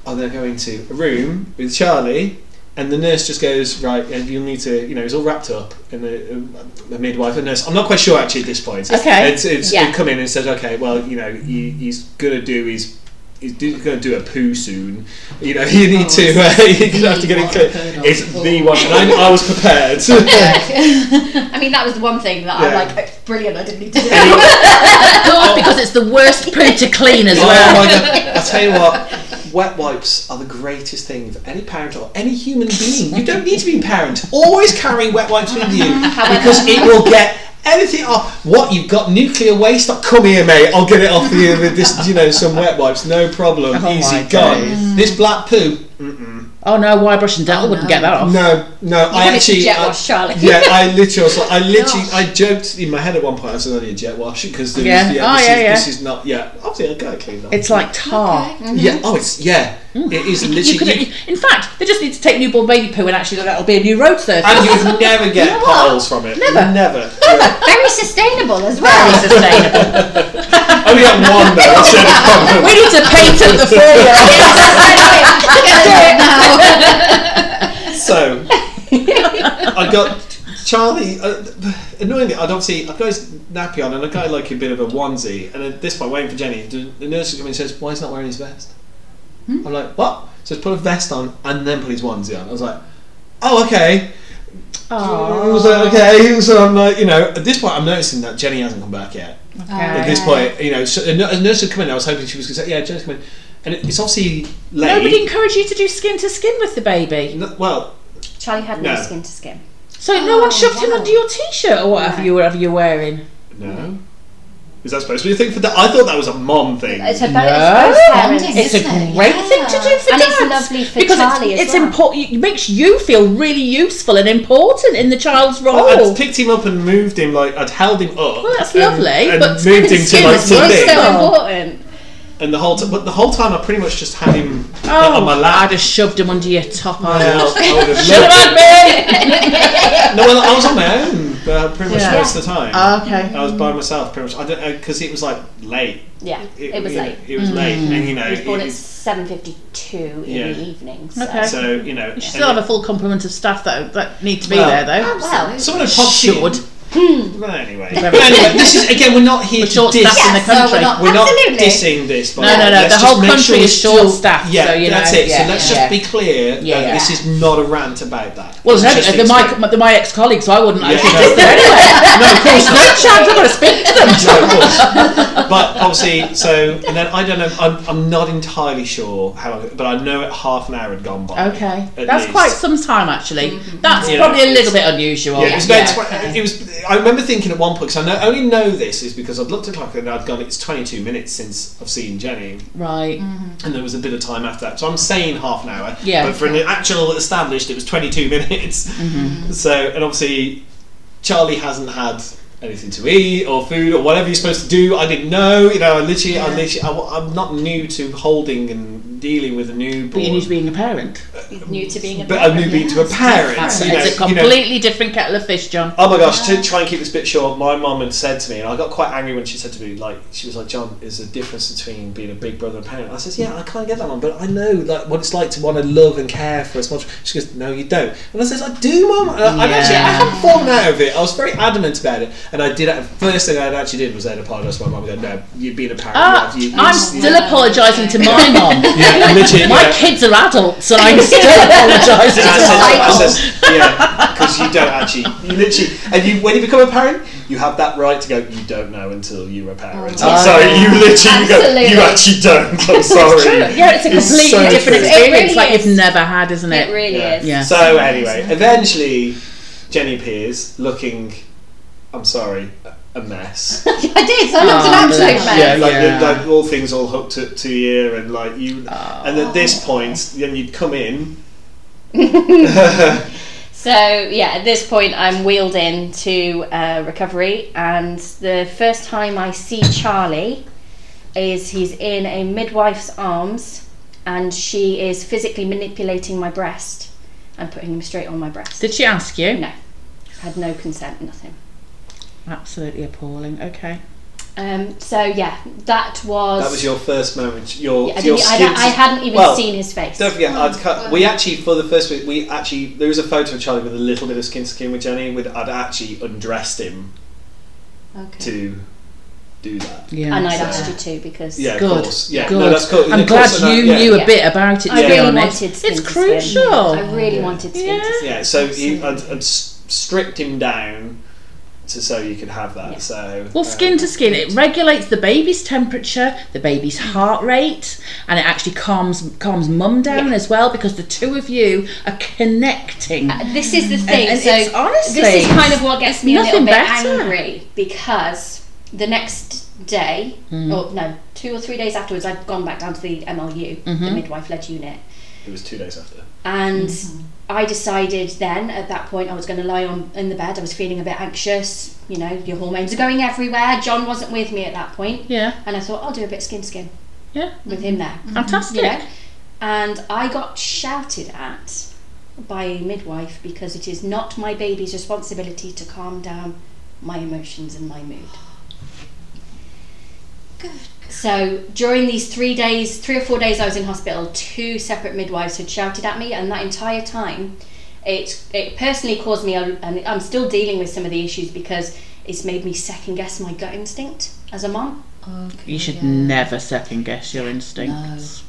C: Oh, they're going to a room with Charlie, and the nurse just goes, Right, and you'll need to, you know, it's all wrapped up. And the, the midwife and nurse, I'm not quite sure actually at this point.
B: Okay.
C: It's, it's,
D: Yeah.
C: They come in and says, Okay, well, you know, he, he's going to do his. He's going to do a poo soon. You know, <laughs> you need
E: Oh,
C: to. Uh, you're going
E: it's
C: to
E: the
C: have to get it
E: one
C: clear.
E: I've heard
C: It's
E: of.
C: the one. And I, I was prepared.
A: I mean, that was the one thing that
C: Yeah.
A: I'm like, oh, brilliant. I didn't need to do that.
C: oh
B: God, because it's the worst poo to clean
C: <laughs>
B: as well.
C: my
B: <laughs>
C: god! I tell you what, wet wipes are the greatest thing for any parent or any human being. You don't need to be a parent. Always carry wet wipes
B: <laughs>
C: with you because it will get anything off. What you've got nuclear waste? Oh, come here, mate. I'll get it off you with this. You know, some wet wipes. No problem.
B: Oh
C: Easy
B: my
C: gone.
B: days.
C: This black poo.
B: Oh no, wire brush and dental wouldn't get that off.
C: No, no. I
A: wanted to
C: actually
A: jet
C: I-
A: wash Charlie.
C: Yeah, I literally, was like- I literally, I joked in my head at one point. I said, "I need a jet wash because yeah,
B: Yeah.
C: yeah,
B: Oh,
C: this,
B: yeah,
C: is,
B: yeah.
C: this is not yeah." Obviously, I gotta clean that.
B: It's like tar.
C: Yeah. Oh, it's yeah. It is
B: You could,
C: literally. you-
B: in fact, they just need to take newborn baby poo and actually that'll be a new road surface.
C: and you would never get
B: know what?
C: potholes from it.
B: Never.
C: Never.
D: Very sustainable as
B: Very
D: well.
B: sustainable.
C: Only that one though. That's the only problem.
B: <laughs> we need to patent the
D: <laughs>
B: <laughs> foyer.
C: So I got Charlie. Uh, annoyingly, I'd obviously I've got his nappy on and I got like a bit of a onesie. And at this point, waiting for Jenny, the the nurse comes in and says, "Why is not wearing his vest?" I'm like, "What?" Says, "Put a vest on and then put his onesie on." I was like, "Oh, okay." I was like, okay, so I'm like, you know, at this point, I'm noticing that Jenny hasn't come back yet. At this point, you know, so a nu- a nurse had come in. I was hoping she was going to say, "Yeah, Jenny's coming," and it- it's obviously late.
B: Nobody encouraged you to do skin to skin with the baby.
C: No- well,
A: Charlie had no,
C: No.
A: skin to skin.
B: So
D: Oh,
B: no one shoved him
E: wow.
B: under your t-shirt or whatever
A: No.
B: you whatever you're wearing.
C: no. Is that supposed to be a thing for that? I thought that was a mom thing.
D: It's a
B: No.
D: very parents.
E: Bonding.
B: It's a
E: Isn't it?
B: great thing to do for
D: And it's
B: dads.
D: lovely for
B: because it's-
D: Charlie as
B: it's,
D: well.
B: important. It makes you feel really useful and important in the child's role.
C: Oh, I- I'd picked him up and moved him, like I'd held him up.
B: Oh. Well, that's
C: and-
B: lovely,
C: And
B: but
C: moved him to
B: skin
C: like
B: is worse
C: something,
B: than-
A: So
B: Oh.
A: important.
C: and the whole time, but the whole time I pretty much just had him uh, on
B: oh,
C: my
B: I'd
C: lap.
B: have shoved him under your top.
C: I,
B: I would. <laughs>
C: I would have
B: Should
C: loved
B: have
C: it.
B: had me.
C: No, well, I was on my own, uh, pretty much
B: Yeah. Um,
C: most of the time.
B: okay.
C: I was by myself, pretty much. I don't know because it was like late.
A: Yeah, it, was
C: you know,
A: late.
C: It was late,
B: Mm.
C: and you know,
A: He was born
C: it
A: at
C: was-
A: seven fifty-two in
C: Yeah.
A: the evening. So.
B: Okay.
C: so you know,
B: You should still have a full complement of staff that that need to be
C: Well,
B: there though.
A: Oh, well,
C: someone had popped
B: Should.
C: in. Hmm. Well, anyway, anyway, this is again. We're not here
B: We're
C: to
B: short
C: diss.
B: staffed in the
A: Yes, no, we're
B: country.
A: not-
C: We're not
A: Absolutely.
C: dissing this. By
B: No, no, no,
C: Let's
B: the
C: just
B: whole
C: make
B: country
C: sure
B: is
C: still-
B: short-staffed,
C: Yeah,
B: so, you
C: that's
B: know,
C: it.
B: yeah,
C: so let's
B: yeah.
C: just be clear
B: Yeah,
C: that
B: yeah.
C: this is not a rant about that.
B: Well,
C: It's
B: no,
C: just
B: they're my, <laughs>
C: experience.
B: my, they're my ex-colleagues, so I wouldn't
C: Yeah,
B: actually
C: no.
B: diss them anyway. no, of course no chance. I've got to speak to them.
C: No, of course. <laughs> but obviously, so and then I don't know. I'm, I'm not entirely sure how long, but I know it half an hour had gone by.
B: Okay,
C: at
B: that's
C: least.
B: quite some time actually. That's
C: Yeah.
B: probably a little bit unusual.
C: Yeah, it was about. twen- it was. I remember thinking at one point because I know, only know this is because I'd looked at the clock and I'd gone. It's twenty two minutes since I've seen Jenny,
B: right.
C: and there was a bit of time after that. So I'm saying half an hour.
B: Yeah.
C: But for an actual established, it was twenty two <laughs> minutes.
B: Mm-hmm.
C: So and obviously, Charlie hasn't had anything to eat or food or whatever you're supposed to do. I didn't know. You know, I literally, I literally, I, am not new to holding and dealing with a newborn.
B: But you need to being a parent.
A: new to being a
C: but a new being to a parent.
B: That's
C: you
B: it.
C: know,
B: It's a
C: you know,
B: completely different kettle of fish, John.
C: Oh my gosh, to try and keep this bit short, my mum had said to me, and I got quite angry when she said to me, like, she was like, John, is a difference between being a big brother and parent. I says, yeah, I kind of get that one, but I know like what it's like to want to love and care for as much. She goes, no, you don't. And I says, I do, mum. And I, I actually, I
B: Yeah.
C: haven't fallen out of it. I was very adamant about it, and I did. First thing I actually did was then apologise to my mum. and Go, no, you've been a parent.
B: Ah,
C: love, you, you-
B: I'm <laughs>
C: you-
B: still apologising to my mom.
C: yeah, legit,
B: My
C: yeah.
B: kids are adults, and I'm still apologising.
C: And I
B: to
C: said,
B: my
C: I
B: mum.
C: says,
D: oh.
C: yeah, because you don't actually, you literally, and you when you become a parent, you have that right to go. You don't know until you're a parent. I'm
B: Oh.
C: sorry, you literally
D: Absolutely.
C: go. You actually don't. I'm sorry.
B: Yeah, it's a
C: It's
B: completely
C: so
B: different
C: true.
B: experience,
D: It really
B: like
D: is.
B: you've never had, isn't it?
D: It really
C: Yeah.
D: is.
B: Yeah.
D: <laughs>
C: So anyway, eventually, Jenny appears looking. I'm sorry, a mess.
A: I did. So I looked an
B: Oh,
A: absolute
B: bless
A: mess.
C: Yeah, like,
B: Yeah.
C: like all things all hooked up to you, and like you, and at
D: Oh.
C: this point, then you'd come in. <laughs>
A: <laughs>
D: <laughs> So yeah, at this point I'm wheeled into uh, recovery, and the first time I see Charlie is he's in a midwife's arms, and she is physically manipulating my breast and putting him straight on my breast.
B: Did she ask you?
D: No, had no consent, nothing.
B: Absolutely appalling. Okay.
D: Um, so yeah, that was.
C: That was your first moment. Your
D: I, didn't,
C: your
D: e, I,
C: skin
D: I hadn't even
C: Well,
D: seen his face.
C: Don't forget, I'd cut,
E: wow.
C: we actually for the first week we actually there was a photo of Charlie with a little bit of skin to skin with Jenny. With I'd actually undressed him
E: Okay.
C: to do that.
B: Yeah.
D: and I'd
C: so-
D: asked you to because
C: Yeah,
B: Good.
C: of course. Yeah,
B: Good.
C: no, that's cool.
B: I'm
C: Of
B: glad
C: course, and I-
B: you
C: yeah.
B: knew
D: Yeah.
B: a bit about it. To
D: I
B: be
D: really
B: honest,
D: wanted skin
B: it's
D: to skin.
B: crucial.
D: I really wanted skin to
B: Yeah.
D: skin.
C: Yeah, so you, I'd, I'd s- stripped him down to so you could have that.
D: Yeah.
C: So
B: Well,
C: um,
B: skin to skin, it regulates the baby's temperature, the baby's heart rate, and it actually calms calms mum down as well because the two of you are connecting.
D: This is the thing.
B: and
D: so
B: it's honestly-
D: this is kind of what gets me a little
B: nothing
D: bit
B: better.
D: angry because the next day,
B: Hmm.
D: or no, two or three days afterwards, I'd gone back down to the MLU, the
B: Mm-hmm.
D: midwife-led unit,
C: it was two days after.
D: and
B: Mm-hmm.
D: I decided then at that point I was going to lie on in the bed. I was feeling a bit anxious. You know, your hormones are going everywhere. John wasn't with me at that point,
B: yeah,
D: and I thought I'll do a bit of skin to skin
B: yeah,
D: with him
B: Mm-hmm.
D: there.
B: fantastic.
D: you know. And I got shouted at by a midwife because it is not my baby's responsibility to calm down my emotions and my mood.
E: Good.
D: So during these three days, three or four days I was in hospital, two separate midwives had shouted at me, and that entire time, it it personally caused me, a- and I'm still dealing with some of the issues because it's made me second guess my gut instinct as a mum.
E: Okay.
B: You should
E: yeah.
B: never second guess your instincts.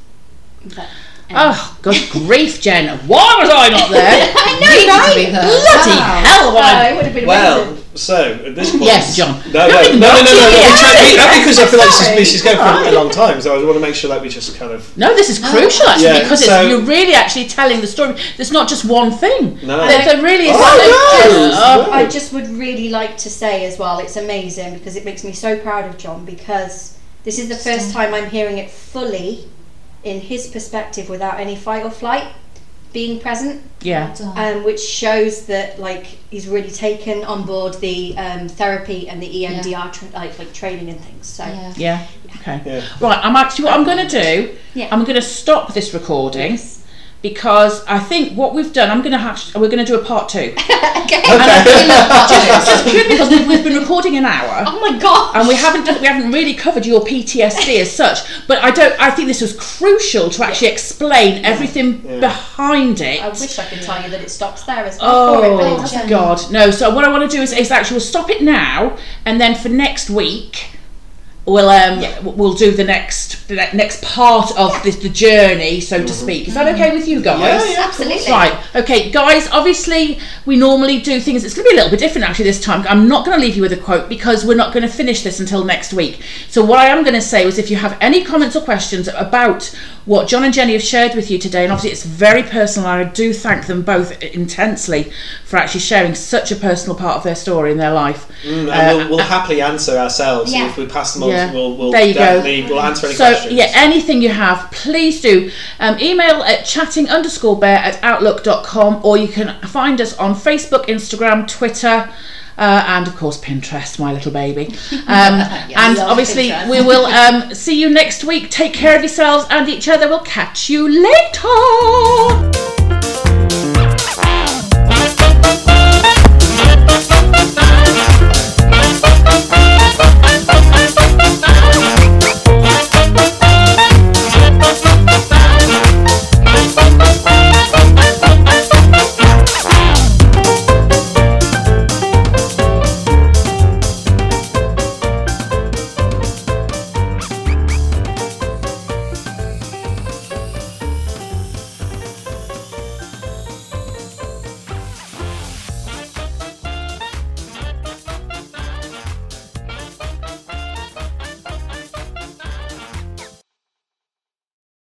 D: But
B: Oh, good grief, Jen! Why was I
D: <laughs>
B: not there? I know you
E: need to be
B: right?
E: there.
B: Bloody
E: Wow.
B: hell!
D: oh,
B: why-
D: it would have been
C: Well, so at this point,
B: Yes, John.
C: No, no, no,
B: Nothing
C: no, no, no, no,
B: naughty
C: we're trying to be-
B: here.
C: no, because I feel like this is,
B: Sorry.
C: this is going for a long time, so I want to make sure that we just kind of
B: No, this is
A: Oh.
B: crucial actually
C: Yeah,
B: because
C: so-
B: it's, you're really actually telling the story. It's not just one thing.
C: No.
B: there, there really is.
C: Oh, no.
B: Oh,
A: I just would really like to say as well, it's amazing because it makes me so proud of John because this is the first time I'm hearing it fully in his perspective without any fight or flight being present,
B: Yeah,
E: Done.
A: um, which shows that like he's really taken on board the um, therapy and the EMDR tra- like, like training and things. So
E: yeah.
B: yeah. Okay.
C: Yeah.
B: Right. I'm actually. What I'm going to do.
A: Yeah.
B: I'm going to stop this recording. because I think what we've done, I'm going to have, we're going to do a
A: <laughs>
B: part two.
D: okay.
C: <laughs>
B: Just purely because we've, we've been recording an hour.
D: Oh my god.
B: And we haven't done, we haven't really covered your PTSD as such, but I don't. I think this was crucial to actually explain everything
C: Yeah.
B: behind it.
A: I wish I could tell you that it stops there as well. for it, but it
B: Oh
A: doesn't.
B: God, no! So what I want to do is, is actually we'll stop it now, and then for next week, we'll um
A: Yeah.
B: w- we'll do the next the ne- next part of this, the journey, so to speak. Is that okay with you guys?
C: Yeah, yeah, of course.
A: Mm-hmm. Absolutely.
B: Right. Okay, guys. Obviously, we normally do things. It's going to be a little bit different actually this time. I'm not going to leave you with a quote because we're not going to finish this until next week. So what I am going to say was, if you have any comments or questions about what John and Jenny have shared with you today, and obviously it's very personal, and I do thank them both intensely for actually sharing such a personal part of their story in their life.
C: Mm,
B: Uh,
C: and we'll, we'll happily answer ourselves.
A: Yeah.
C: If we pass them on,
B: Yeah.
C: we'll, we'll
B: There you go.
C: definitely we'll answer any
B: so
C: questions.
B: yeah anything you have please do um, email at chatting underscore bear at outlook.com or you can find us on facebook instagram twitter uh, and of course pinterest my little baby um, and
E: love
B: obviously
E: Pinterest.
B: we will um, see you next week take care of yourselves and each other we'll catch you later